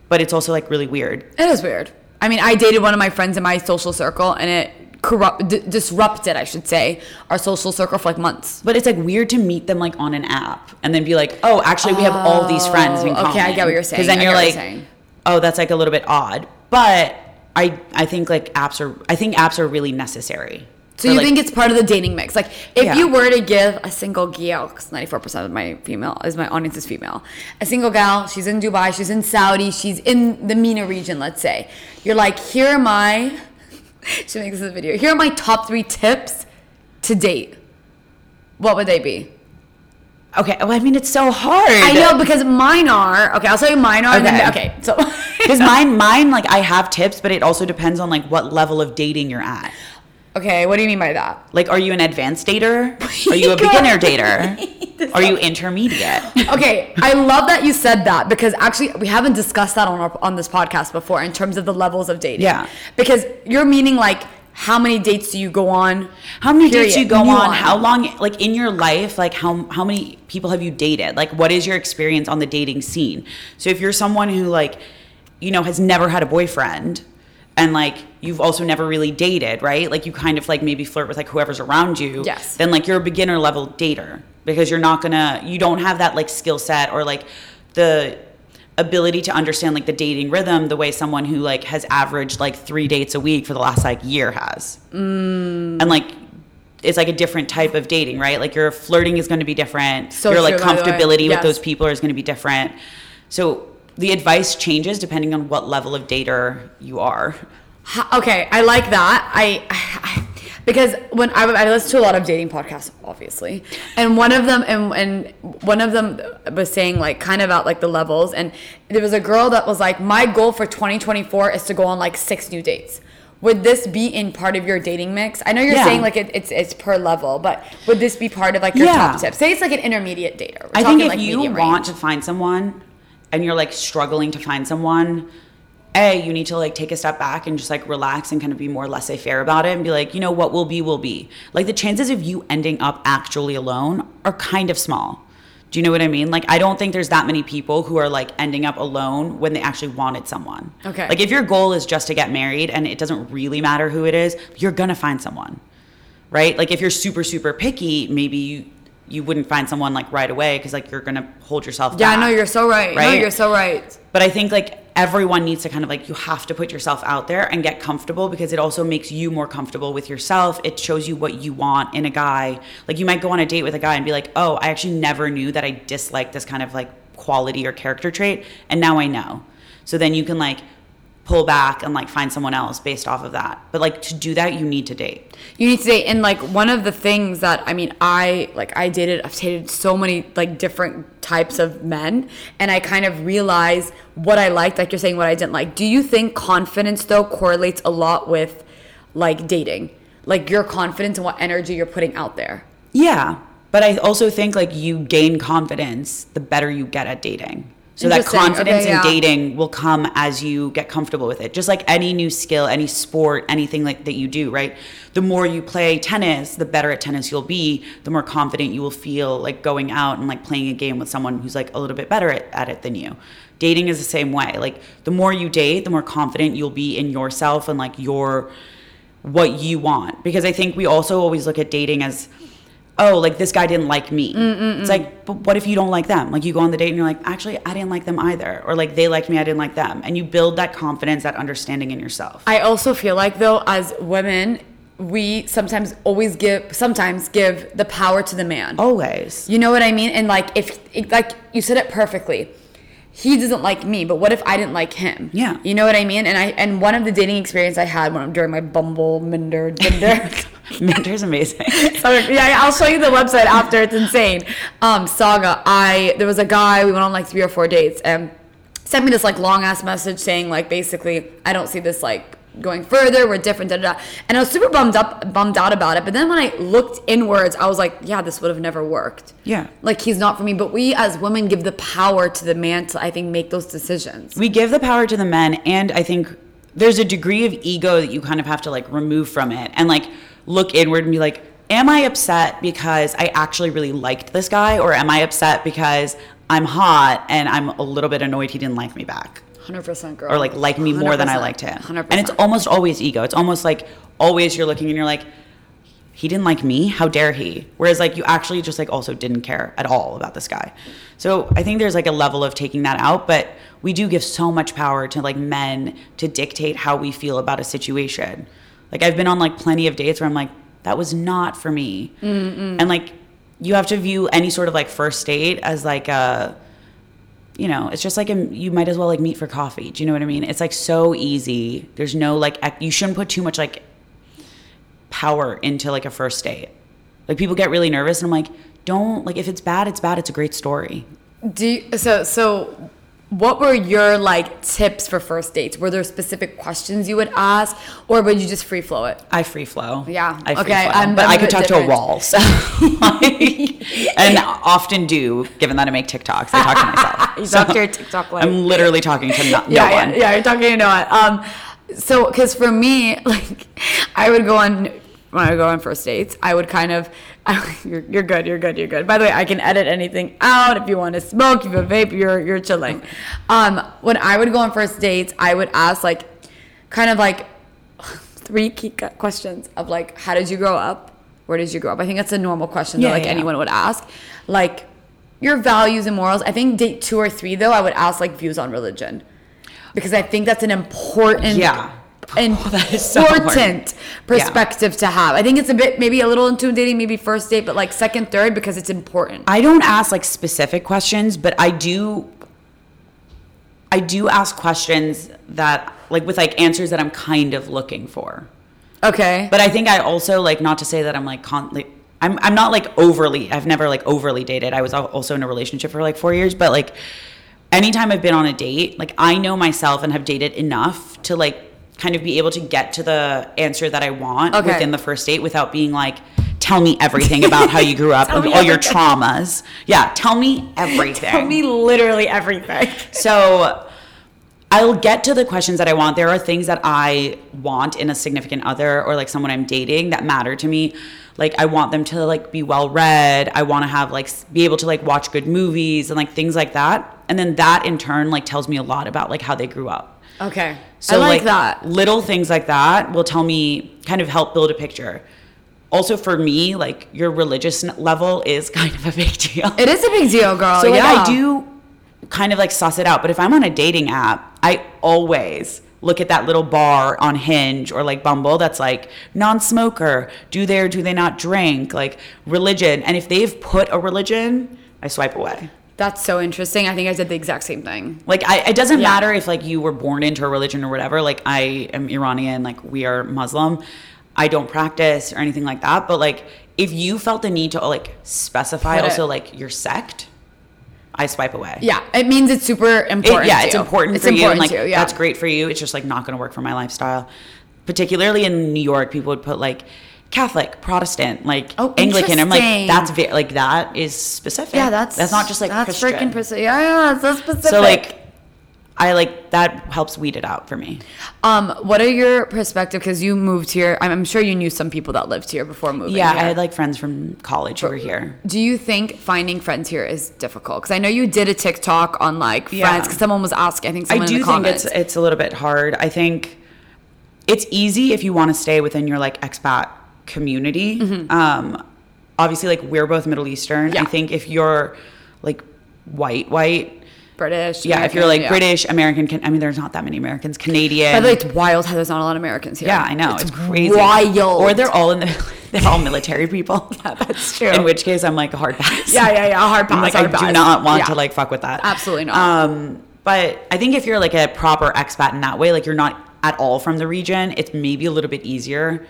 [SPEAKER 4] But it's also like really weird.
[SPEAKER 3] It is weird. I mean, I dated one of my friends in my social circle, and it corrupt d- disrupted, I should say, our social circle for like months.
[SPEAKER 4] But it's like weird to meet them like on an app and then be like, oh, actually we have all these friends. In
[SPEAKER 3] Oh, okay, I get what you're saying.
[SPEAKER 4] Because then
[SPEAKER 3] I
[SPEAKER 4] you're
[SPEAKER 3] get what
[SPEAKER 4] like,
[SPEAKER 3] you're saying.
[SPEAKER 4] oh, that's like a little bit odd. But I I think like apps are I think apps are really necessary.
[SPEAKER 3] So
[SPEAKER 4] for,
[SPEAKER 3] you
[SPEAKER 4] like,
[SPEAKER 3] think it's part of the dating mix? Like, if
[SPEAKER 4] Yeah.
[SPEAKER 3] you were to give a single gal, because ninety-four percent of my female is my audience is female, a single gal, she's in Dubai, she's in Saudi, she's in the MENA region, let's say. You're like, here are my. she makes this video. Here are my top three tips to date. What would they be?
[SPEAKER 4] Okay, well, I mean it's so hard.
[SPEAKER 3] I know because mine are okay. I'll tell you mine are. Okay. Then,
[SPEAKER 4] Okay.
[SPEAKER 3] okay. So
[SPEAKER 4] Because mine, mine, like I have tips, but it also depends on like what level of dating you're at.
[SPEAKER 3] okay, what do you mean by that?
[SPEAKER 4] Like, are you an advanced dater? Are you a beginner dater? Are you intermediate?
[SPEAKER 3] Okay, I love that you said that because actually we haven't discussed that on our, on this podcast before in terms of the levels of dating.
[SPEAKER 4] Yeah.
[SPEAKER 3] Because you're meaning like how many dates do you go on?
[SPEAKER 4] How many dates
[SPEAKER 3] Period.
[SPEAKER 4] you go
[SPEAKER 3] You
[SPEAKER 4] on?
[SPEAKER 3] are.
[SPEAKER 4] How long? Like in your life, like how how many people have you dated? Like, what is your experience on the dating scene? So if you're someone who like, you know, has never had a boyfriend, and like you've also never really dated, right? Like you kind of like maybe flirt with like whoever's around you.
[SPEAKER 3] Yes.
[SPEAKER 4] Then like you're a beginner level dater because you're not gonna you don't have that like skill set or like the ability to understand like the dating rhythm the way someone who like has averaged like three dates a week for the last like year has and like it's like a different type of dating, right? Like your flirting is going to be different.
[SPEAKER 3] So
[SPEAKER 4] your like
[SPEAKER 3] true, by the way.
[SPEAKER 4] comfortability with
[SPEAKER 3] Yes.
[SPEAKER 4] those people is going to be different. So the advice changes depending on what level of dater you are.
[SPEAKER 3] Ha- Uh, Okay, I like that. I, I because when I, I listen to a lot of dating podcasts, obviously, and one of them and and one of them was saying like kind of about like the levels, and there was a girl that was like, my goal for 2024 is to go on like six new dates. Would this be in part of your dating mix? I know you're
[SPEAKER 4] Yeah.
[SPEAKER 3] saying like it, it's it's per level, but would this be part of like your
[SPEAKER 4] Yeah.
[SPEAKER 3] top tip? Say it's like an intermediate dater. We're
[SPEAKER 4] I
[SPEAKER 3] talking,
[SPEAKER 4] think if
[SPEAKER 3] like,
[SPEAKER 4] you
[SPEAKER 3] medium
[SPEAKER 4] want
[SPEAKER 3] range.
[SPEAKER 4] to find someone and you're like struggling to find someone, A, you need to like take a step back and just like relax and kind of be more laissez faire about it and be like, you know, what will be, will be. Like the chances of you ending up actually alone are kind of small. Do you know what I mean? Like, I don't think there's that many people who are like ending up alone when they actually wanted someone.
[SPEAKER 3] Okay.
[SPEAKER 4] Like, if your goal is just to get married and it doesn't really matter who it is, you're gonna find someone right? Like if you're super super picky, maybe you you wouldn't find someone like right away because like you're gonna hold yourself.
[SPEAKER 3] yeah,
[SPEAKER 4] back.
[SPEAKER 3] no, you're so right. No,
[SPEAKER 4] Right?
[SPEAKER 3] you're so right.
[SPEAKER 4] But I think like everyone needs to kind of like you have to put yourself out there and get comfortable because it also makes you more comfortable with yourself. It shows you what you want in a guy. Like you might go on a date with a guy and be like, "Oh, I actually never knew that I disliked this kind of like quality or character trait, and now I know." So then you can like pull back and like find someone else based off of that. But like to do that, you need to date.
[SPEAKER 3] you need to date and like one of the things that i mean i like i dated i've dated so many like different types of men and i kind of realized what i liked like you're saying what i didn't like do you think confidence though correlates a lot with like dating like your confidence and what energy you're putting out there
[SPEAKER 4] Yeah. But I also think like you gain confidence the better you get at dating. So that
[SPEAKER 3] Interesting.
[SPEAKER 4] confidence
[SPEAKER 3] Okay,
[SPEAKER 4] in
[SPEAKER 3] yeah.
[SPEAKER 4] dating will come as you get comfortable with it. Just like any new skill, any sport, anything like that you do, right? The more you play tennis, the better at tennis you'll be, the more confident you will feel like going out and like playing a game with someone who's like a little bit better at, at it than you. Dating is the same way. Like the more you date, the more confident you'll be in yourself and like your what you want because i think we also always look at dating as oh, like this guy didn't like me. It's like, but what if you don't like them? Like you go on the date and you're like, actually, I didn't like them either, or like they liked me, I didn't like them, and you build that confidence, that understanding in yourself.
[SPEAKER 3] I also feel like though, as women, we sometimes always give sometimes give the power to the man.
[SPEAKER 4] Oh, Always.
[SPEAKER 3] You know what I mean? And like if it, like you said it perfectly. He doesn't like me, but what if I didn't like him?
[SPEAKER 4] Yeah.
[SPEAKER 3] You know what I mean? And I and one of the dating experience I had when during my Bumble Minder Tinder.
[SPEAKER 4] Mentor's amazing.
[SPEAKER 3] Sorry. yeah, yeah, I'll show you the website after. It's insane. Um, Saga. I there was a guy we went on like three or four dates and sent me this like long ass message saying like basically I don't see this like going further. We're different. Da da. da. And I was super bummed up, bummed out about it. But then when I looked inwards, I was like, yeah, this would have never worked.
[SPEAKER 4] Yeah.
[SPEAKER 3] Like he's not for me. But we as women give the power to the man to I think make those decisions.
[SPEAKER 4] we give the power to the men and i think there's a degree of ego that you kind of have to like remove from it and like look inward and be like am i upset because i actually really liked this guy or am i upset because i'm hot and i'm a little bit annoyed he didn't like me back
[SPEAKER 3] Hundred percent, girl.
[SPEAKER 4] or like like me more than i
[SPEAKER 3] 100%,
[SPEAKER 4] liked him
[SPEAKER 3] 100%.
[SPEAKER 4] and it's almost always ego it's almost like always you're looking and you're like he didn't like me how dare he whereas like you actually just like also didn't care at all about this guy so i think there's like a level of taking that out but we do give so much power to like men to dictate how we feel about a situation like i've been on like plenty of dates where i'm like that was not for me and like you have to view any sort of like first date as like a you know, it's just like a, you might as well like meet for coffee. Do you know what I mean? It's like so easy. There's no like ec- you shouldn't put too much like power into like a first date. Like people get really nervous, and I'm like, don't like if it's bad, it's bad. It's a great story.
[SPEAKER 3] Do you, so so what were your like tips for first dates? Were there specific questions you would ask or would you just free flow it?
[SPEAKER 4] I free flow.
[SPEAKER 3] Yeah.
[SPEAKER 4] I free
[SPEAKER 3] Okay,
[SPEAKER 4] flow.
[SPEAKER 3] I'm-
[SPEAKER 4] but
[SPEAKER 3] I'm
[SPEAKER 4] i
[SPEAKER 3] a
[SPEAKER 4] could
[SPEAKER 3] bit
[SPEAKER 4] talk
[SPEAKER 3] different.
[SPEAKER 4] to a wall, so like, and often do. Given that I make TikToks, I talk to myself.
[SPEAKER 3] You
[SPEAKER 4] So,
[SPEAKER 3] talk to your TikTok life.
[SPEAKER 4] I'm literally talking to no, no
[SPEAKER 3] yeah,
[SPEAKER 4] one.
[SPEAKER 3] yeah, yeah, you're talking you know it. Um so cuz for me like I would go on when I would go on first dates, I would kind of I, you're, you're good, you're good, you're good. By the way, I can edit anything out if you want to smoke, if you vape, you're you're chilling. Um when I would go on first dates, I would ask like kind of like three key cu- questions of like how did you grow up where did you grow up i think that's a normal question that
[SPEAKER 4] Yeah,
[SPEAKER 3] like
[SPEAKER 4] yeah, yeah.
[SPEAKER 3] anyone would ask like your values and morals i think date two or three though i would ask like views on religion because i think that's an important Oh,
[SPEAKER 4] Yeah.
[SPEAKER 3] important
[SPEAKER 4] that is so important.
[SPEAKER 3] perspective to have i think it's a bit maybe a little intimidating maybe first date but like second third because it's important
[SPEAKER 4] I don't ask like specific questions, but I do I do ask questions that like with like answers that I'm kind of looking for.
[SPEAKER 3] okay
[SPEAKER 4] But I think I also like not to say that I'm like con like I'm I'm not like overly I've never like overly dated. I was al- also in a relationship for like 4 years, but like anytime I've been on a date, like I know myself and have dated enough to like kind of be able to get to the answer that I want
[SPEAKER 3] Okay.
[SPEAKER 4] within the first date without being like tell me everything about how you grew up and
[SPEAKER 3] me
[SPEAKER 4] all your
[SPEAKER 3] everything.
[SPEAKER 4] traumas. Yeah, tell me everything.
[SPEAKER 3] tell me literally everything
[SPEAKER 4] So I'll get to the questions that I want. There are things that I want in a significant other or like someone I'm dating that matter to me. Like I want them to like be well read. I want to have like s- be able to like watch good movies and like things like that. And then that in turn like tells me a lot about like how they grew up.
[SPEAKER 3] okay
[SPEAKER 4] So
[SPEAKER 3] i like, that
[SPEAKER 4] Little things like that will tell me kind of help build a picture. Also for me, like your religious n- level is kind of a big deal.
[SPEAKER 3] it is a big deal girl
[SPEAKER 4] So like
[SPEAKER 3] yeah
[SPEAKER 4] I do kind of like suss it out, but if I'm on a dating app, I always look at that little bar on Hinge or like Bumble that's like non-smoker, do they or do they not drink, like religion, and if they've put a religion, I swipe away.
[SPEAKER 3] that's so interesting i think i did the exact same thing
[SPEAKER 4] Like I, it doesn't
[SPEAKER 3] Yeah.
[SPEAKER 4] matter if like you were born into a religion or whatever. Like I am Iranian, like we are Muslim. I don't practice or anything like that. But like if you felt the need to like specify
[SPEAKER 3] Put it-
[SPEAKER 4] also like your sect, I swipe away.
[SPEAKER 3] Yeah, it means it's super
[SPEAKER 4] It-
[SPEAKER 3] important.
[SPEAKER 4] yeah,
[SPEAKER 3] to
[SPEAKER 4] it's
[SPEAKER 3] you.
[SPEAKER 4] important
[SPEAKER 3] It's
[SPEAKER 4] for you. And
[SPEAKER 3] important
[SPEAKER 4] like,
[SPEAKER 3] to you, yeah.
[SPEAKER 4] that's great for you. It's just like not going to work for my lifestyle. Particularly in New York, people would put like Catholic, Protestant, like
[SPEAKER 3] Oh,
[SPEAKER 4] Anglican. I'm like,
[SPEAKER 3] interesting.
[SPEAKER 4] that's ve- like that is specific.
[SPEAKER 3] Yeah, that's
[SPEAKER 4] that's not just like
[SPEAKER 3] that's
[SPEAKER 4] Christian.
[SPEAKER 3] freaking specific. Yeah, yeah, that's so specific.
[SPEAKER 4] So like, I like that helps weed it out for me.
[SPEAKER 3] um, what are your perspective? Because you moved here, I'm, I'm sure you knew some people that lived here before moving.
[SPEAKER 4] Yeah,
[SPEAKER 3] here.
[SPEAKER 4] I had like friends from college who were here.
[SPEAKER 3] Do you think finding friends here is difficult? Because I know you did a TikTok on like
[SPEAKER 4] Yeah.
[SPEAKER 3] friends. Because someone was asking. I think
[SPEAKER 4] I
[SPEAKER 3] someone in
[SPEAKER 4] do
[SPEAKER 3] the
[SPEAKER 4] think
[SPEAKER 3] comments.
[SPEAKER 4] it's it's a little bit hard. I think it's easy if you want to stay within your like expat community. Um, obviously like we're both Middle Eastern.
[SPEAKER 3] Mm-hmm. Yeah.
[SPEAKER 4] I think if you're like white, white,
[SPEAKER 3] British.
[SPEAKER 4] yeah, if you're
[SPEAKER 3] American,
[SPEAKER 4] like
[SPEAKER 3] yeah.
[SPEAKER 4] British, American, can, I mean, there's not that many Americans, Canadian.
[SPEAKER 3] By the way, it's wild how there's not a lot of Americans here.
[SPEAKER 4] yeah, I know. It's, crazy.
[SPEAKER 3] Wild.
[SPEAKER 4] Or they're all in the, they're all military people.
[SPEAKER 3] Yeah, that's true.
[SPEAKER 4] In which case, I'm like a hard pass.
[SPEAKER 3] Yeah, yeah, yeah. Hard
[SPEAKER 4] I'm
[SPEAKER 3] pass.
[SPEAKER 4] like,
[SPEAKER 3] hard
[SPEAKER 4] I
[SPEAKER 3] pass.
[SPEAKER 4] do not want
[SPEAKER 3] Yeah.
[SPEAKER 4] to like fuck with that.
[SPEAKER 3] Absolutely not.
[SPEAKER 4] Um, but I think if you're like a proper expat in that way, like you're not at all from the region, it's maybe a little bit easier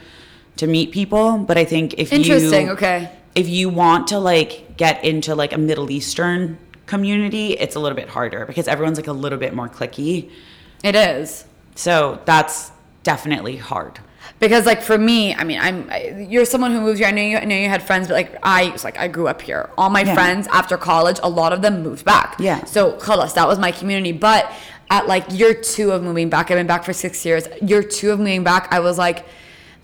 [SPEAKER 4] to meet people. But I think if
[SPEAKER 3] Interesting,
[SPEAKER 4] you,
[SPEAKER 3] okay.
[SPEAKER 4] if you want to like get into like a Middle Eastern community, it's a little bit harder because everyone's like a little bit more clicky.
[SPEAKER 3] It is.
[SPEAKER 4] So that's definitely hard.
[SPEAKER 3] because like for me i mean i'm I, you're someone who moves here i know you I know you had friends but like i was like i grew up here all my
[SPEAKER 4] Yeah.
[SPEAKER 3] friends after college a lot of them moved back
[SPEAKER 4] Yeah.
[SPEAKER 3] so khalas that was my community but at like year two of moving back i've been back for six years year two of moving back i was like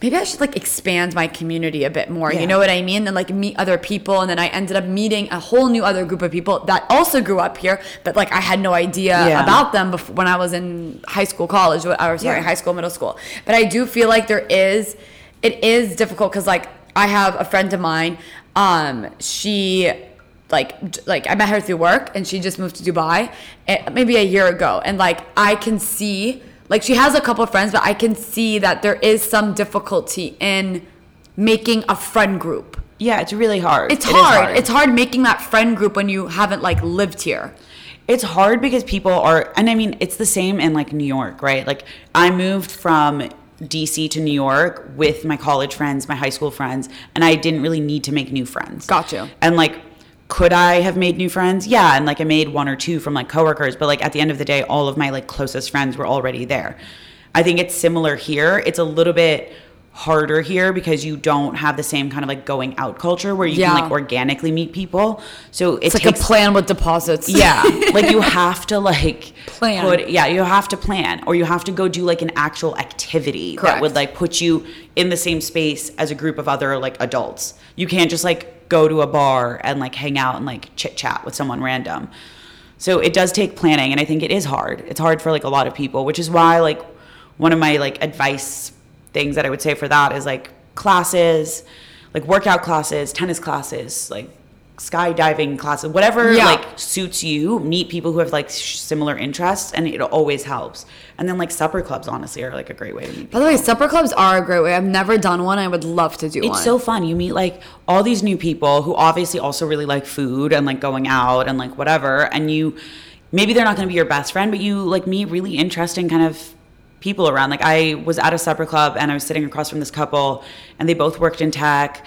[SPEAKER 3] maybe i should like expand my community a bit more you
[SPEAKER 4] Yeah.
[SPEAKER 3] know what i mean and like meet other people and then i ended up meeting a whole new other group of people that also grew up here but like i had no idea
[SPEAKER 4] Yeah.
[SPEAKER 3] about them before, when i was in high school college what- or sorry
[SPEAKER 4] Yeah.
[SPEAKER 3] high school middle school but i do feel like there is it is difficult because like i have a friend of mine um she like j- like i met her through work and she just moved to dubai eh, maybe a year ago and like i can see like she has a couple friends but i can see that there is some difficulty in making a friend group
[SPEAKER 4] Yeah, it's really hard.
[SPEAKER 3] it's
[SPEAKER 4] It is
[SPEAKER 3] hard. it's hard making that friend group when you haven't like lived here
[SPEAKER 4] it's hard because people are and i mean it's the same in like new york right like i moved from dc to new york with my college friends my high school friends and i didn't really need to make new friends
[SPEAKER 3] Got you.
[SPEAKER 4] and like could i have made new friends yeah and like i made one or two from like coworkers but like at the end of the day all of my like closest friends were already there i think it's similar here it's a little bit harder here because you don't have the same kind of like going out culture where you
[SPEAKER 3] Yeah.
[SPEAKER 4] can like organically meet people so it
[SPEAKER 3] it's like a
[SPEAKER 4] takes
[SPEAKER 3] plan with deposits
[SPEAKER 4] yeah. like you have to like
[SPEAKER 3] Plan.
[SPEAKER 4] put- yeah, you have to plan or you have to go do like an actual activity
[SPEAKER 3] Correct.
[SPEAKER 4] that would like put you in the same space as a group of other like adults. You can't just like go to a bar and like hang out and like chit chat with someone random. So it does take planning and I think it is hard. It's hard for like a lot of people, which is why like one of my like advice things that I would say for that is like classes, like workout classes, tennis classes, like skydiving classes, whatever
[SPEAKER 3] Yeah.
[SPEAKER 4] like suits you meet people who have like sh- similar interests and it always helps and then like supper clubs honestly are like a great way to meet
[SPEAKER 3] By
[SPEAKER 4] people
[SPEAKER 3] the way, supper clubs are a great way. I've never done one. I would love to do one.
[SPEAKER 4] it's so fun you meet like all these new people who obviously also really like food and like going out and like whatever and you maybe they're not going to be your best friend but you like meet really interesting kind of people around like i was at a supper club and i was sitting across from this couple and they both worked in tech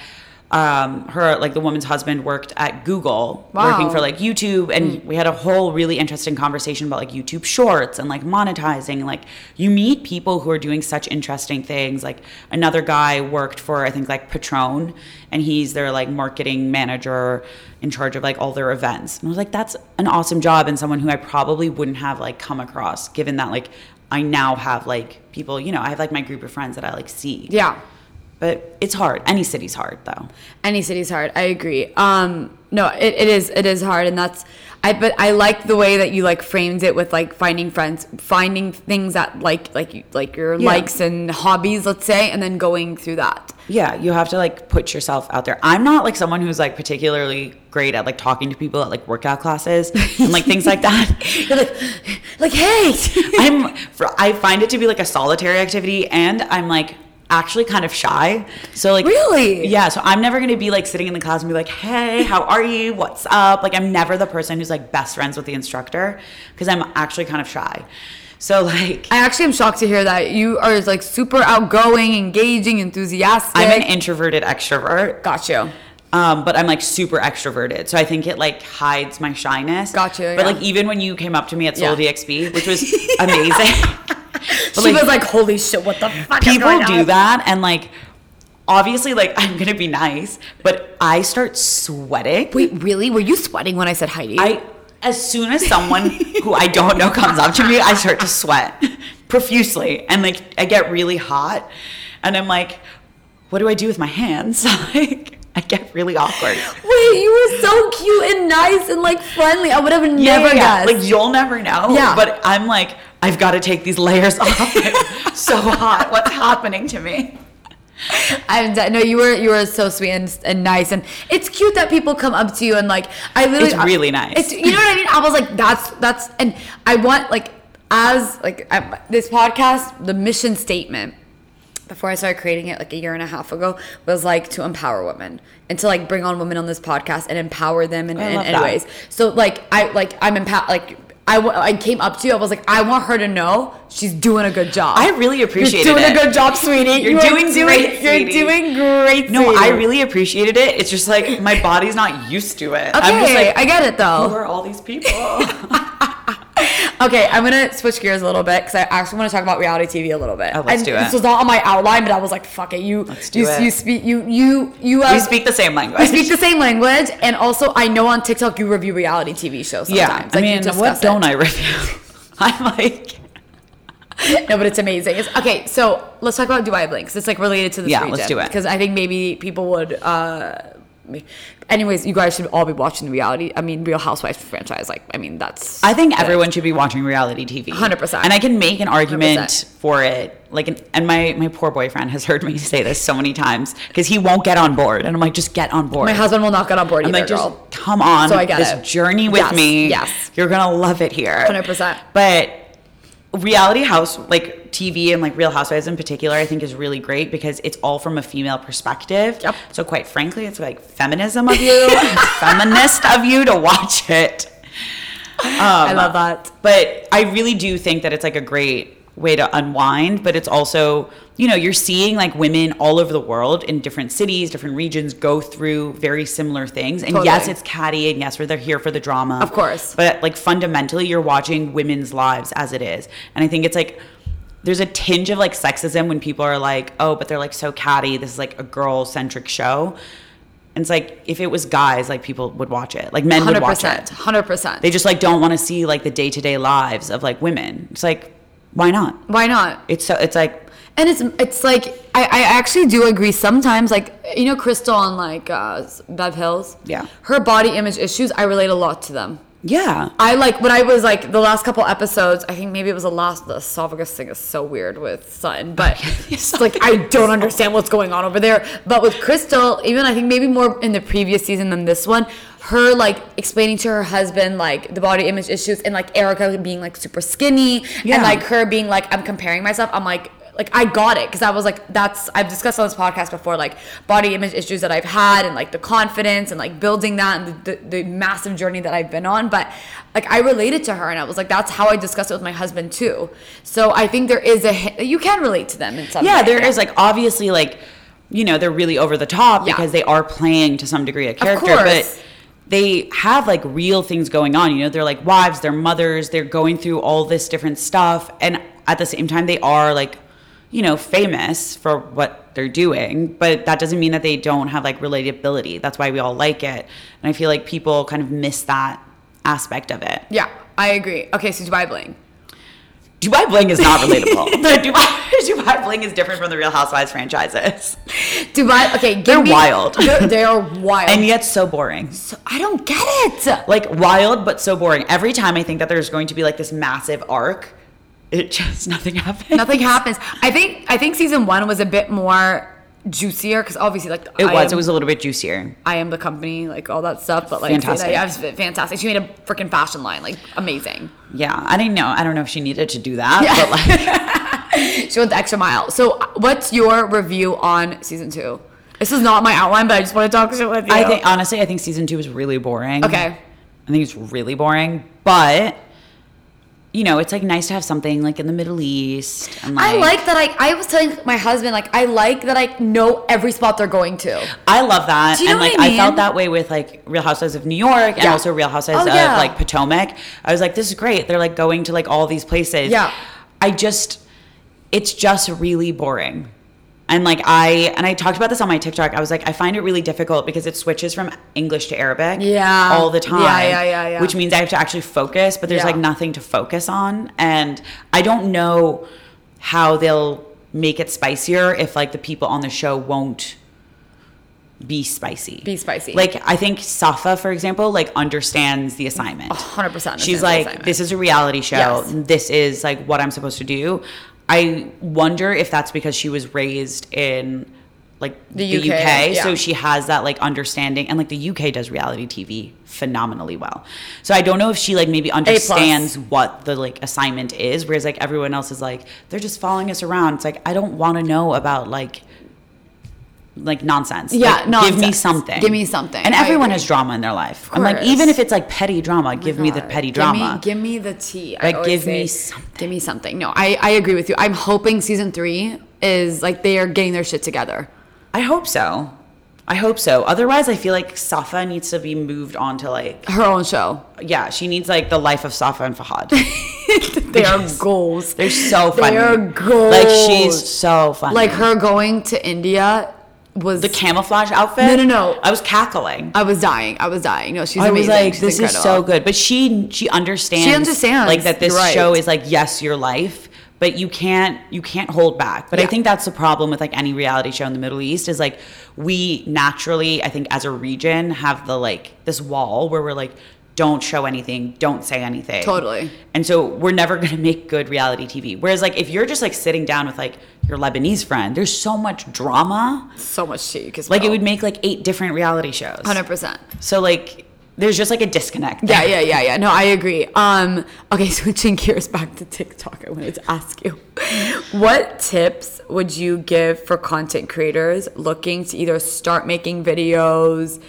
[SPEAKER 4] um, her like the woman's husband worked at google working
[SPEAKER 3] Wow.
[SPEAKER 4] for like like YouTube and we had a whole really interesting conversation about like YouTube shorts and like monetizing like you meet people who are doing such interesting things like another guy worked for I think like Patron and he's their like marketing manager in charge of like all their events and I was like that's an awesome job and someone who I probably wouldn't have like come across given that like I now have like people you know I have like my group of friends that I like see
[SPEAKER 3] yeah.
[SPEAKER 4] but it's hard any city's hard though
[SPEAKER 3] Any city's hard. I agree. Um, no, it, it is it is hard, and that's I. But I like the way that you like framed it with like finding friends, finding things that like like you like your
[SPEAKER 4] Yeah.
[SPEAKER 3] likes and hobbies, let's say, and then going through that.
[SPEAKER 4] Yeah, you have to like put yourself out there. I'm not like someone who's like particularly great at like talking to people at like workout classes and like things like that.
[SPEAKER 3] You're like, like hey,
[SPEAKER 4] I'm for, I find it to be like a solitary activity and I'm like actually kind of shy. So like
[SPEAKER 3] Really?
[SPEAKER 4] Yeah, so I'm never going to be like sitting in the class and be like, "Hey, how are you? What's up?" Like I'm never the person who's like best friends with the instructor because I'm actually kind of shy. So like
[SPEAKER 3] I actually am shocked to hear that you are like super outgoing, engaging, enthusiastic.
[SPEAKER 4] I'm an introverted extrovert.
[SPEAKER 3] got you.
[SPEAKER 4] um, but I'm like super extroverted. So I think it like hides my shyness.
[SPEAKER 3] Gotcha,
[SPEAKER 4] But
[SPEAKER 3] yeah.
[SPEAKER 4] like even when you came up to me at Soul
[SPEAKER 3] Yeah.
[SPEAKER 4] DXP, which was amazing,
[SPEAKER 3] she was like, holy shit, what the fuck? is
[SPEAKER 4] people
[SPEAKER 3] going
[SPEAKER 4] do
[SPEAKER 3] on?
[SPEAKER 4] that and like obviously like I'm gonna be nice, but I start sweating.
[SPEAKER 3] Wait, really? Were you sweating when I said Heidi?
[SPEAKER 4] I as soon as someone who I don't know comes up to me, I start to sweat profusely and like I get really hot and I'm like, what do I do with my hands? like I get really awkward.
[SPEAKER 3] Wait, you were so cute and nice and like friendly. I would have never
[SPEAKER 4] yeah, yeah, yeah.
[SPEAKER 3] guessed.
[SPEAKER 4] Like you'll never know.
[SPEAKER 3] Yeah.
[SPEAKER 4] But I'm like, I've got to take these layers off. It's so hot. What's happening to me?
[SPEAKER 3] I'm de- no, you were you were so sweet and, and nice, and it's cute that people come up to you and like I literally
[SPEAKER 4] It's really nice.
[SPEAKER 3] It's you know what I mean. I was like, that's that's, and I want like as like I, this podcast, the mission statement before I started creating it like a year and a half ago was like to empower women and to like bring on women on this podcast and empower them in,
[SPEAKER 4] I
[SPEAKER 3] in,
[SPEAKER 4] love
[SPEAKER 3] in
[SPEAKER 4] that.
[SPEAKER 3] ways. So like I like I'm empowered like. I, w- I came up to you. I was like, I want her to know she's doing a good job.
[SPEAKER 4] I really appreciated
[SPEAKER 3] You're doing
[SPEAKER 4] it.
[SPEAKER 3] a good job, sweetie.
[SPEAKER 4] You're
[SPEAKER 3] You are
[SPEAKER 4] doing great,
[SPEAKER 3] You're
[SPEAKER 4] sweetie.
[SPEAKER 3] doing great.
[SPEAKER 4] No, I
[SPEAKER 3] sweetie.
[SPEAKER 4] really appreciated it. It's just like my body's not used to
[SPEAKER 3] Okay,
[SPEAKER 4] it. I'm just like,
[SPEAKER 3] I get it
[SPEAKER 4] who
[SPEAKER 3] though.
[SPEAKER 4] are all these people?
[SPEAKER 3] Okay, I'm gonna switch gears a little bit because I actually want to talk about reality TV a little bit.
[SPEAKER 4] Oh, let's
[SPEAKER 3] And
[SPEAKER 4] do
[SPEAKER 3] This
[SPEAKER 4] it.
[SPEAKER 3] was not on my outline, but I was like, "Fuck it, you,
[SPEAKER 4] Let's do
[SPEAKER 3] you,
[SPEAKER 4] it.
[SPEAKER 3] you speak, you, you, you."
[SPEAKER 4] we
[SPEAKER 3] have-
[SPEAKER 4] speak the same language.
[SPEAKER 3] We speak the same language, and also I know on TikTok you review reality TV shows. Sometimes.
[SPEAKER 4] Yeah, I
[SPEAKER 3] Like, you
[SPEAKER 4] mean,
[SPEAKER 3] discuss
[SPEAKER 4] what
[SPEAKER 3] it.
[SPEAKER 4] don't I review? I'm like,
[SPEAKER 3] no, but it's amazing. It's, okay, so let's talk about Do I Blink? 'cause it's like related to this
[SPEAKER 4] Yeah,
[SPEAKER 3] region.
[SPEAKER 4] let's do it.
[SPEAKER 3] Because I think maybe people would. Uh, me- anyways, you guys should all be watching the reality. I mean, Real Housewives franchise. Like, I mean, that's.
[SPEAKER 4] I think
[SPEAKER 3] good.
[SPEAKER 4] everyone should be watching reality TV.
[SPEAKER 3] 100%.
[SPEAKER 4] And I can make an argument
[SPEAKER 3] 100%.
[SPEAKER 4] for it. Like, an, and my, my poor boyfriend has heard me say this so many times because he won't get on board. And I'm like, just get on board.
[SPEAKER 3] My husband will not get on board
[SPEAKER 4] I'm
[SPEAKER 3] either.
[SPEAKER 4] like, just
[SPEAKER 3] girl.
[SPEAKER 4] come on
[SPEAKER 3] So I get
[SPEAKER 4] this
[SPEAKER 3] it.
[SPEAKER 4] journey with
[SPEAKER 3] Yes,
[SPEAKER 4] me.
[SPEAKER 3] yes.
[SPEAKER 4] You're going to love it here.
[SPEAKER 3] 100%.
[SPEAKER 4] But reality house, like TV and like Real Housewives in particular, I think is really great because it's all from a female perspective.
[SPEAKER 3] Yep.
[SPEAKER 4] So quite frankly, it's like feminism of you, feminist of you to watch it.
[SPEAKER 3] I
[SPEAKER 4] um,
[SPEAKER 3] love that.
[SPEAKER 4] But I really do think that it's like a great way to unwind, but it's also, you know, you're seeing like women all over the world in different cities, different regions go through very similar things. And yes,
[SPEAKER 3] Totally.
[SPEAKER 4] it's catty and yes, we're they're here for the drama.
[SPEAKER 3] Of course.
[SPEAKER 4] But like fundamentally you're watching women's lives as it is. And I think it's like there's a tinge of like sexism when people are like, "Oh, but they're like so catty. This is like a girl-centric show." And it's like if it was guys, like people would watch it. Like men would
[SPEAKER 3] Hundred
[SPEAKER 4] watch it
[SPEAKER 3] percent. Hundred percent.
[SPEAKER 4] they just like don't want to see like the day-to-day lives of like women it's like why not
[SPEAKER 3] Why not?
[SPEAKER 4] it's so it's like
[SPEAKER 3] And it's it's like I, I actually do agree sometimes. Like you know, Crystal on like uh, Bev Hills.
[SPEAKER 4] Yeah.
[SPEAKER 3] Her body image issues, I relate a lot to them.
[SPEAKER 4] yeah
[SPEAKER 3] I like when I was like the last couple episodes. I think maybe it was the last. The esophagus thing is so weird with Sutton, but it's like I don't understand what's going on over there. But with Crystal, even I think maybe more in the previous season than this one, her like explaining to her husband like the body image issues and like Erica being like super skinny
[SPEAKER 4] Yeah.
[SPEAKER 3] and like her being like I'm comparing myself. I'm like. Like I got it because I was like, that's I've discussed on this podcast before, like body image issues that I've had and like the confidence and like building that and the, the, the massive journey that I've been on. But like I related to her and I was like, that's how I discussed it with my husband too. So I think there is a hi- you can relate to them in some
[SPEAKER 4] yeah
[SPEAKER 3] way.
[SPEAKER 4] there is like obviously like you know they're really over the top
[SPEAKER 3] Yeah.
[SPEAKER 4] because they are playing to some degree a character
[SPEAKER 3] course.
[SPEAKER 4] but they have like real things going on you know they're like wives they're mothers they're going through all this different stuff and at the same time they are like you know famous for what they're doing but that doesn't mean that they don't have like relatability that's why we all like it and i feel like people kind of miss that aspect of it
[SPEAKER 3] yeah, I agree. Okay, so do I blame?
[SPEAKER 4] dubai bling is not relatable the dubai, dubai bling is different from the real housewives franchises
[SPEAKER 3] Do I? Okay, give
[SPEAKER 4] They're
[SPEAKER 3] me-
[SPEAKER 4] wild.
[SPEAKER 3] They're, they are wild.
[SPEAKER 4] and yet so boring
[SPEAKER 3] So I don't get it.
[SPEAKER 4] like wild but so boring every time i think that there's going to be like this massive arc it just nothing happens
[SPEAKER 3] Nothing happens. I think I think season one was a bit more juicier because obviously like
[SPEAKER 4] it
[SPEAKER 3] I
[SPEAKER 4] was
[SPEAKER 3] am-
[SPEAKER 4] it was a little bit juicier
[SPEAKER 3] I am the company, like all that stuff. But like,
[SPEAKER 4] Fantastic.
[SPEAKER 3] yeah, it's fantastic. She made a freaking fashion line, like amazing.
[SPEAKER 4] yeah i didn't know i don't know if she needed to do that
[SPEAKER 3] Yeah.
[SPEAKER 4] but like
[SPEAKER 3] She went the extra mile. So, what's your review on season two? This is not my outline, but I just want to talk shit with you.
[SPEAKER 4] i think um, honestly i think season two was really boring
[SPEAKER 3] Okay.
[SPEAKER 4] i think it's really boring but you know it's like nice to have something like in the middle east and like
[SPEAKER 3] I like that. I I was telling my husband, like I like that I know every spot they're going to.
[SPEAKER 4] I love that.
[SPEAKER 3] Do you know
[SPEAKER 4] and like
[SPEAKER 3] what I
[SPEAKER 4] I, felt
[SPEAKER 3] mean?
[SPEAKER 4] that way with like Real Housewives of New York and
[SPEAKER 3] Yeah.
[SPEAKER 4] also Real Housewives
[SPEAKER 3] Oh, yeah.
[SPEAKER 4] of like Potomac. I was like, this is great. They're like going to like all these places.
[SPEAKER 3] Yeah.
[SPEAKER 4] I just it's just really boring. And like I and I talked about this on my TikTok. I was like, I find it really difficult because it switches from English to Arabic
[SPEAKER 3] Yeah.
[SPEAKER 4] all the
[SPEAKER 3] Yeah,
[SPEAKER 4] time.
[SPEAKER 3] yeah, yeah, yeah.
[SPEAKER 4] Which means I have to actually focus, but there's
[SPEAKER 3] Yeah.
[SPEAKER 4] like nothing to focus on. And I don't know how they'll make it spicier if like the people on the show won't be spicy.
[SPEAKER 3] Be spicy.
[SPEAKER 4] Like I think Safa, for example, like understands the assignment.
[SPEAKER 3] hundred percent understands the
[SPEAKER 4] She's like,
[SPEAKER 3] assignment.
[SPEAKER 4] this is a reality show.
[SPEAKER 3] Yes.
[SPEAKER 4] This is like what I'm supposed to do. I wonder if that's because she was raised in like
[SPEAKER 5] The
[SPEAKER 4] the,
[SPEAKER 5] UK,
[SPEAKER 4] UK.
[SPEAKER 5] yeah.
[SPEAKER 4] So she has that like understanding, and like the UK does reality TV phenomenally well. So I don't know if she like maybe understands what the like assignment is, whereas like everyone else is like they're just following us around. It's like I don't want to know about like like nonsense.
[SPEAKER 3] Yeah,
[SPEAKER 4] like, give me
[SPEAKER 3] nonsense.
[SPEAKER 4] something.
[SPEAKER 3] Give me something.
[SPEAKER 4] And
[SPEAKER 3] I
[SPEAKER 4] everyone
[SPEAKER 3] agree.
[SPEAKER 4] has drama in their life. I'm like
[SPEAKER 3] course.
[SPEAKER 4] even if it's like petty drama, give me the petty drama.
[SPEAKER 3] Give me, the tea.
[SPEAKER 4] Like,
[SPEAKER 3] always
[SPEAKER 4] give me something.
[SPEAKER 3] Give me something. No, I, I agree with you. I'm hoping season three is like they are getting their shit together.
[SPEAKER 4] I hope so. I hope so. Otherwise, I feel like Safa needs to be moved on to like,
[SPEAKER 3] Her own show.
[SPEAKER 4] yeah, she needs like the life of Safa and Fahad.
[SPEAKER 3] they are goals.
[SPEAKER 4] They're so funny.
[SPEAKER 3] are gold.
[SPEAKER 4] Like she's so funny.
[SPEAKER 3] Like her going to India was
[SPEAKER 4] the camouflage outfit.
[SPEAKER 3] No, no, no.
[SPEAKER 4] I was cackling.
[SPEAKER 3] I was dying. I was dying. No, she's
[SPEAKER 4] I was
[SPEAKER 3] amazing.
[SPEAKER 4] like,
[SPEAKER 3] She's
[SPEAKER 4] this is so
[SPEAKER 3] incredible.
[SPEAKER 4] good. But she she understands.
[SPEAKER 3] She understands.
[SPEAKER 4] Like that this
[SPEAKER 3] You're right.
[SPEAKER 4] show is like yes, your life, but you can't you can't hold back. But I
[SPEAKER 3] Yeah.
[SPEAKER 4] think that's the problem with like any reality show in the Middle East is like we naturally I think as a region have the like this wall where we're like don't show anything, don't say anything.
[SPEAKER 3] Totally.
[SPEAKER 4] And so we're never going to make good reality TV. Whereas like if you're just like sitting down with like your Lebanese friend, there's so much drama.
[SPEAKER 3] So much shit.
[SPEAKER 4] Like it would make like eight different reality shows.
[SPEAKER 3] hundred percent.
[SPEAKER 4] So like there's just like a disconnect.
[SPEAKER 3] Yeah, yeah, yeah, yeah. No, I agree. Um, okay, switching gears back to TikTok, I wanted to ask you, what tips would you give for content creators looking to either start making videos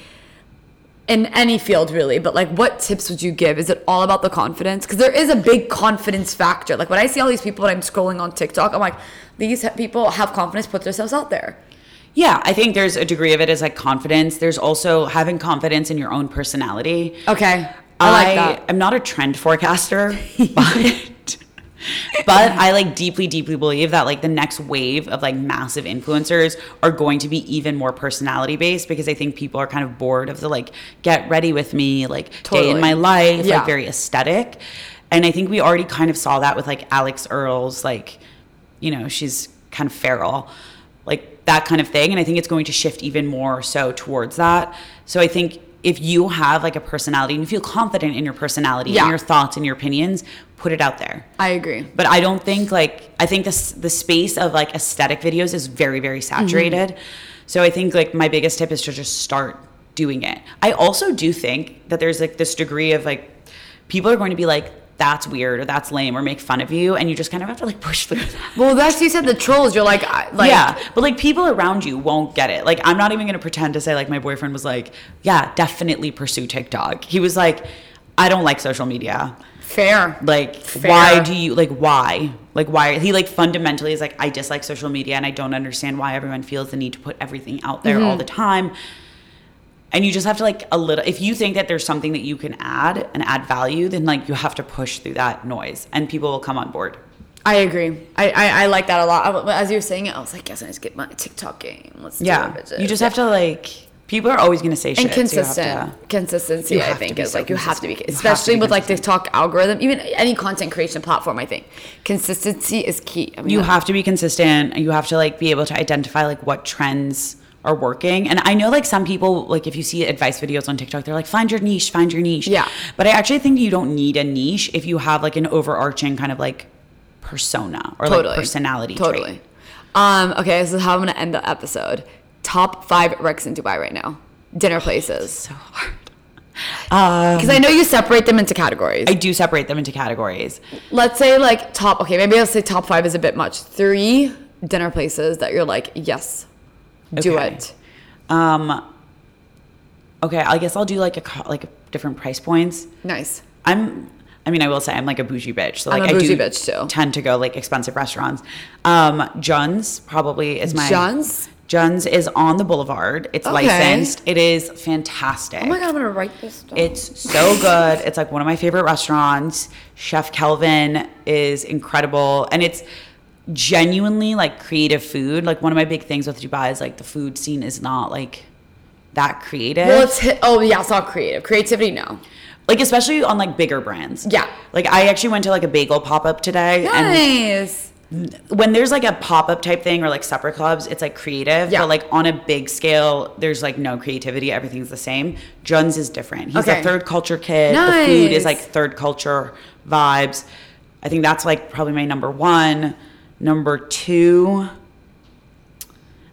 [SPEAKER 3] in any field really, but like what tips would you give? Is it all about the confidence? Because there is a big confidence factor. Like when I see all these people and I'm scrolling on TikTok, I'm like, these ha- people have confidence, put themselves out there.
[SPEAKER 4] Yeah, I think there's a degree of it is like confidence. There's also having confidence in your own personality.
[SPEAKER 3] Okay, I like that.
[SPEAKER 4] am not a trend forecaster, but but I like deeply, deeply believe that like the next wave of like massive influencers are going to be even more personality based because I think people are kind of bored of the like get ready with me, like day
[SPEAKER 3] Totally.
[SPEAKER 4] in my life,
[SPEAKER 3] Yeah.
[SPEAKER 4] like very aesthetic. And I think we already kind of saw that with like Alex Earls, like, you know, she's kind of feral, like that kind of thing. And I think it's going to shift even more so towards that. So I think if you have like a personality and you feel confident in your personality
[SPEAKER 3] Yeah.
[SPEAKER 4] and your thoughts and your opinions, put it out there.
[SPEAKER 3] I agree.
[SPEAKER 4] But I don't think like I think this the space of like aesthetic videos is very very saturated. So I think like my biggest tip is to just start doing it. I also do think that there's like this degree of like people are going to be like that's weird or that's lame or make fun of you and you just kind of have to like push through that.
[SPEAKER 3] Well, that's you said the trolls. You're like, I- like
[SPEAKER 4] yeah, but like people around you won't get it. Like I'm not even gonna pretend to say like my boyfriend was like, yeah, definitely pursue TikTok. He was like, I don't like social media.
[SPEAKER 3] fair.
[SPEAKER 4] Like
[SPEAKER 3] Fair.
[SPEAKER 4] why do you like why? Like why he like fundamentally is like I dislike social media and I don't understand why everyone feels the need to put everything out there
[SPEAKER 3] Mm-hmm.
[SPEAKER 4] all the time. And you just have to like a little if you think that there's something that you can add and add value, then like you have to push through that noise and people will come on board.
[SPEAKER 3] I agree. I, I, I like that a lot. I- as you were saying it, I was like, yes, I need to get my TikTok game. Let's
[SPEAKER 4] Yeah.
[SPEAKER 3] do it.
[SPEAKER 4] You just have to like people are always gonna say shit.
[SPEAKER 3] and
[SPEAKER 4] so you have
[SPEAKER 3] consistent
[SPEAKER 4] to-
[SPEAKER 3] consistency.
[SPEAKER 4] you
[SPEAKER 3] I
[SPEAKER 4] have to
[SPEAKER 3] think
[SPEAKER 4] be
[SPEAKER 3] is
[SPEAKER 4] so
[SPEAKER 3] like you have to be,
[SPEAKER 4] consistent. You have to
[SPEAKER 3] especially
[SPEAKER 4] be
[SPEAKER 3] with like
[SPEAKER 4] consistent.
[SPEAKER 3] TikTok algorithm, even any content creation platform. I think consistency is key. I mean,
[SPEAKER 4] you
[SPEAKER 3] like,
[SPEAKER 4] have to be consistent and you have to like be able to identify like what trends are working and i know like some people like if you see advice videos on tiktok they're like find your niche find your niche
[SPEAKER 3] Yeah.
[SPEAKER 4] but i actually think you don't need a niche if you have like an overarching kind of like persona or
[SPEAKER 3] totally
[SPEAKER 4] like personality trait.
[SPEAKER 3] Totally. Um. Okay. This is how I'm gonna end the episode. Top five recs in Dubai right now.
[SPEAKER 4] Oh,
[SPEAKER 3] Dinner places. So hard.
[SPEAKER 4] Um,
[SPEAKER 3] Because I know you separate them into categories.
[SPEAKER 4] i do separate them into categories
[SPEAKER 3] Let's say like top. Okay, maybe I'll say top five is a bit much. Three dinner places that you're like, yes, do
[SPEAKER 4] Okay.
[SPEAKER 3] it.
[SPEAKER 4] um okay i guess i'll do like a co- like different price points
[SPEAKER 3] Nice.
[SPEAKER 4] I'm. I mean, I will say I'm like a bougie bitch. So
[SPEAKER 3] I'm
[SPEAKER 4] like
[SPEAKER 3] a bougie
[SPEAKER 4] I do
[SPEAKER 3] bitch, too.
[SPEAKER 4] tend to go like expensive restaurants. Um, John's probably is my
[SPEAKER 3] John's?
[SPEAKER 4] John's is on the Boulevard. It's
[SPEAKER 3] Okay.
[SPEAKER 4] licensed. It is fantastic.
[SPEAKER 3] Oh my god, I'm gonna write this down.
[SPEAKER 4] It's so good. It's like one of my favorite restaurants. Chef Kelvin is incredible. And it's genuinely like creative food. Like one of my big things with Dubai is like the food scene is not like that creative
[SPEAKER 3] well, it's hi- oh yeah, it's all creative. Creativity, no.
[SPEAKER 4] like especially on like bigger brands.
[SPEAKER 3] Yeah.
[SPEAKER 4] Like I actually went to like a bagel pop up today,
[SPEAKER 3] Nice.
[SPEAKER 4] and when there's like a pop up type thing or like supper clubs, it's like creative.
[SPEAKER 3] Yeah.
[SPEAKER 4] But like on a big scale, there's like no creativity. Everything's the same. John's is different. He's
[SPEAKER 3] Okay.
[SPEAKER 4] a third culture kid. The food
[SPEAKER 3] Nice.
[SPEAKER 4] is like third culture vibes. I think that's like probably my number one. Number two.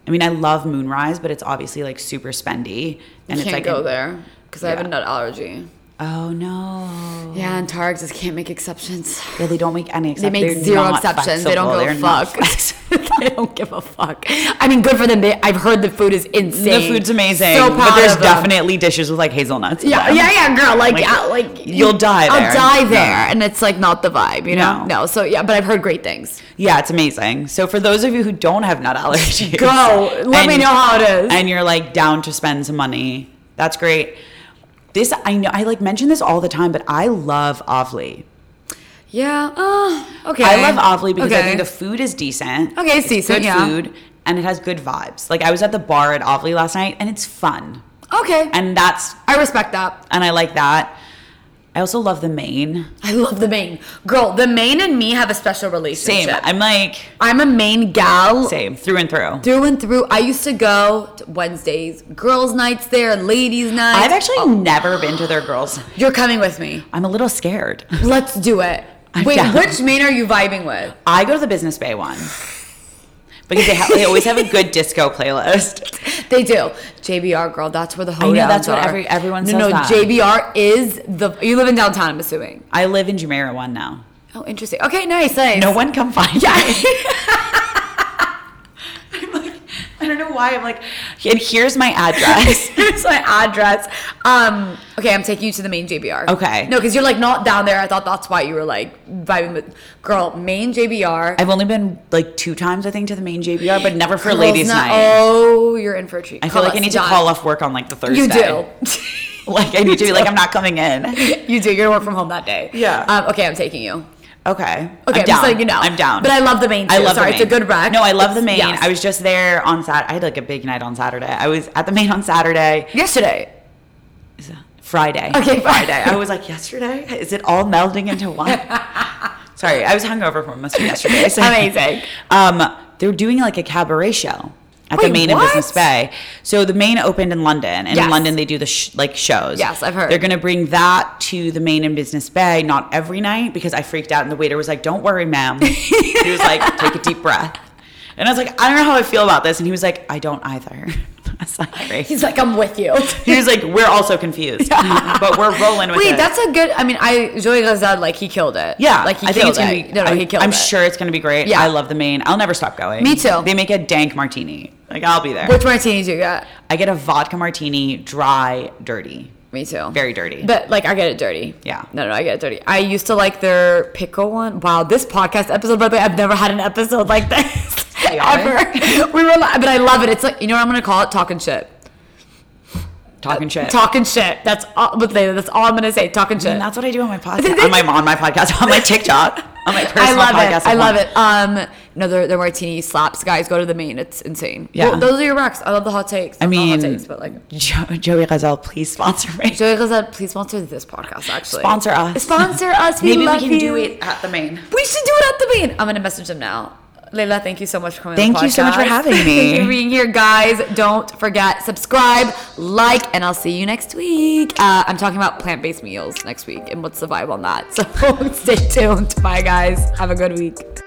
[SPEAKER 4] I mean, I love Moonrise, but it's obviously like super spendy, and it's
[SPEAKER 3] can't
[SPEAKER 4] like
[SPEAKER 3] go
[SPEAKER 4] an-
[SPEAKER 3] there because I have a
[SPEAKER 4] Yeah.
[SPEAKER 3] nut allergy.
[SPEAKER 4] Oh no!
[SPEAKER 3] Yeah, and Targs just can't make exceptions.
[SPEAKER 4] Yeah, they don't make any.
[SPEAKER 3] They
[SPEAKER 4] Except,
[SPEAKER 3] make
[SPEAKER 4] they're
[SPEAKER 3] zero
[SPEAKER 4] not
[SPEAKER 3] exceptions. They don't
[SPEAKER 4] flexible.
[SPEAKER 3] give
[SPEAKER 4] They're
[SPEAKER 3] a
[SPEAKER 4] not
[SPEAKER 3] fuck. they don't give a fuck. I mean, good for them. They, I've heard the food is
[SPEAKER 4] The
[SPEAKER 3] insane.
[SPEAKER 4] food's amazing,
[SPEAKER 3] So proud
[SPEAKER 4] but there's
[SPEAKER 3] of them.
[SPEAKER 4] definitely dishes with like hazelnuts. in
[SPEAKER 3] Yeah,
[SPEAKER 4] them.
[SPEAKER 3] yeah, yeah, girl. Like,
[SPEAKER 4] Like,
[SPEAKER 3] uh, like
[SPEAKER 4] you'll die there.
[SPEAKER 3] I'll die
[SPEAKER 4] No.
[SPEAKER 3] there, and it's like not the vibe, you know?
[SPEAKER 4] No.
[SPEAKER 3] No. So yeah, but I've heard great things.
[SPEAKER 4] Yeah, it's amazing. So for those of you who don't have nut allergies,
[SPEAKER 3] Go. Let me know how it is.
[SPEAKER 4] And you're like down to spend some money. That's great. This I know I like mention this all the time, but I love Avli.
[SPEAKER 3] Yeah. Uh, okay.
[SPEAKER 4] I love Avli because I
[SPEAKER 3] Okay.
[SPEAKER 4] think the food is decent.
[SPEAKER 3] Okay,
[SPEAKER 4] it's
[SPEAKER 3] decent,
[SPEAKER 4] good
[SPEAKER 3] yeah.
[SPEAKER 4] food and it has good vibes. Like I was at the bar at Avli last night and it's fun.
[SPEAKER 3] okay.
[SPEAKER 4] And that's
[SPEAKER 3] I respect that.
[SPEAKER 4] and I like that. I also love the main.
[SPEAKER 3] I love the Maine girl. The Maine and me have a special
[SPEAKER 4] Same.
[SPEAKER 3] relationship.
[SPEAKER 4] I'm like
[SPEAKER 3] I'm a Maine gal.
[SPEAKER 4] same through and through.
[SPEAKER 3] Through and through, I used to go to Wednesdays, girls' nights there, ladies' nights.
[SPEAKER 4] I've actually never been to their girls.
[SPEAKER 3] You're coming with me.
[SPEAKER 4] I'm a little scared.
[SPEAKER 3] Let's do it.
[SPEAKER 4] I'm
[SPEAKER 3] Wait,
[SPEAKER 4] down.
[SPEAKER 3] which Maine are you vibing with?
[SPEAKER 4] I go to the Business Bay one because they, ha- they always have a good disco playlist.
[SPEAKER 3] They do. JBR girl, that's where the hoedowns
[SPEAKER 4] that's what
[SPEAKER 3] are.
[SPEAKER 4] every- everyone
[SPEAKER 3] no,
[SPEAKER 4] says
[SPEAKER 3] No,
[SPEAKER 4] that.
[SPEAKER 3] JBR is the. You live in downtown, I'm assuming.
[SPEAKER 4] I live in Jumeirah one now.
[SPEAKER 3] Oh, interesting. Okay, nice, nice.
[SPEAKER 4] No one come find
[SPEAKER 3] Yeah.
[SPEAKER 4] me. I'm like, I don't know why. I'm like, and here's my address.
[SPEAKER 3] Here's my address. Um, okay, I'm taking you to the main JBR.
[SPEAKER 4] Okay.
[SPEAKER 3] No, because you're like not down there. I thought that's why you were like vibing with girl main JBR.
[SPEAKER 4] I've only been like two times, I think, to the main JBR, but never for
[SPEAKER 3] Girls
[SPEAKER 4] ladies'
[SPEAKER 3] not-
[SPEAKER 4] night.
[SPEAKER 3] Oh, you're in for a treat.
[SPEAKER 4] I feel
[SPEAKER 3] Call
[SPEAKER 4] like I
[SPEAKER 3] us,
[SPEAKER 4] need to
[SPEAKER 3] John.
[SPEAKER 4] call off work on like the Thursday.
[SPEAKER 3] You do.
[SPEAKER 4] Like I need to be like, I'm not coming in.
[SPEAKER 3] you do. You're gonna work from home that day.
[SPEAKER 4] Yeah.
[SPEAKER 3] Um, okay, I'm taking you.
[SPEAKER 4] Okay.
[SPEAKER 3] Okay,
[SPEAKER 4] I'm
[SPEAKER 3] I'm
[SPEAKER 4] down.
[SPEAKER 3] just letting you know.
[SPEAKER 4] I'm down.
[SPEAKER 3] But I love the main.
[SPEAKER 4] I
[SPEAKER 3] too.
[SPEAKER 4] love
[SPEAKER 3] Sorry,
[SPEAKER 4] the main.
[SPEAKER 3] it's a good rec.
[SPEAKER 4] No, I love the
[SPEAKER 3] It's-
[SPEAKER 4] main.
[SPEAKER 3] yes.
[SPEAKER 4] I was just there on Saturday. I had like a big night on Saturday. I was at the main on Saturday.
[SPEAKER 3] yesterday.
[SPEAKER 4] Is that- Friday.
[SPEAKER 3] Okay,
[SPEAKER 4] Friday.
[SPEAKER 3] Friday.
[SPEAKER 4] I was like, yesterday? Is it all melding into one? Sorry, I was hungover from must be yesterday. so-
[SPEAKER 3] Amazing.
[SPEAKER 4] Um, they're doing like a cabaret show at the
[SPEAKER 3] Wait,
[SPEAKER 4] main
[SPEAKER 3] what?
[SPEAKER 4] of Business Bay. So the main opened in London, and
[SPEAKER 3] Yes.
[SPEAKER 4] in London they do the sh- like shows.
[SPEAKER 3] Yes, I've heard.
[SPEAKER 4] They're gonna bring that to the main in Business Bay, not every night because I freaked out, and the waiter was like, "Don't worry, ma'am." he was like, "Take a deep breath," and I was like, "I don't know how I feel about this," and he was like, "I don't either." I was like, "Great."
[SPEAKER 3] He's like, I'm with you.
[SPEAKER 4] He was like, "We're also confused, but we're rolling with
[SPEAKER 3] Wait,
[SPEAKER 4] it."
[SPEAKER 3] that's a good. I mean, I Joey Glazad, like he killed it.
[SPEAKER 4] yeah,
[SPEAKER 3] like he
[SPEAKER 4] I think
[SPEAKER 3] killed
[SPEAKER 4] it's gonna
[SPEAKER 3] it.
[SPEAKER 4] be.
[SPEAKER 3] no, no,
[SPEAKER 4] I,
[SPEAKER 3] he killed
[SPEAKER 4] I'm
[SPEAKER 3] it.
[SPEAKER 4] sure it's gonna be great.
[SPEAKER 3] Yeah.
[SPEAKER 4] I love the main. I'll never stop going.
[SPEAKER 3] Me too.
[SPEAKER 4] They make a dank martini. Like I'll be there.
[SPEAKER 3] Which martini do you get?
[SPEAKER 4] I get a vodka martini, dry, dirty.
[SPEAKER 3] Me too.
[SPEAKER 4] Very dirty.
[SPEAKER 3] But like, I get it dirty.
[SPEAKER 4] Yeah.
[SPEAKER 3] No, no, I get it dirty. I used to like their pickle one. Wow, this podcast episode, by the way, I've never had an episode like this ever.
[SPEAKER 4] Chaotic.
[SPEAKER 3] We were, li- but I love it. It's like you know what I'm gonna call it? Talking shit. Uh,
[SPEAKER 4] Talking shit.
[SPEAKER 3] Talking shit. That's all. But they- that's all I'm gonna say. Talking shit.
[SPEAKER 4] and that's what I do on my podcast. on my on my podcast. On my TikTok. On my personal
[SPEAKER 3] I love
[SPEAKER 4] podcast.
[SPEAKER 3] it. I love it. Um, no, their, their martini slaps. Guys, go to the main. It's insane.
[SPEAKER 4] Yeah.
[SPEAKER 3] Well, those are your rocks. I love the hot takes.
[SPEAKER 4] I
[SPEAKER 3] Not
[SPEAKER 4] mean,
[SPEAKER 3] hot takes, but like.
[SPEAKER 4] Jo- Joey Gazelle, please sponsor me.
[SPEAKER 3] Joey Glazette, please sponsor this podcast. Actually,
[SPEAKER 4] Sponsor us.
[SPEAKER 3] Sponsor us. We
[SPEAKER 4] Maybe we
[SPEAKER 3] love
[SPEAKER 4] can
[SPEAKER 3] you.
[SPEAKER 4] do it at the main.
[SPEAKER 3] We should do it at the main. I'm gonna message them now. Leila, thank you so much for coming. on
[SPEAKER 4] Thank
[SPEAKER 3] the
[SPEAKER 4] you so much for
[SPEAKER 3] podcast.
[SPEAKER 4] having
[SPEAKER 3] thank you
[SPEAKER 4] me.
[SPEAKER 3] for being here, guys. Don't forget subscribe, like, and I'll see you next week. Uh, I'm talking about plant-based meals next week, and what's the vibe on that? So stay tuned. Bye, guys. Have a good week.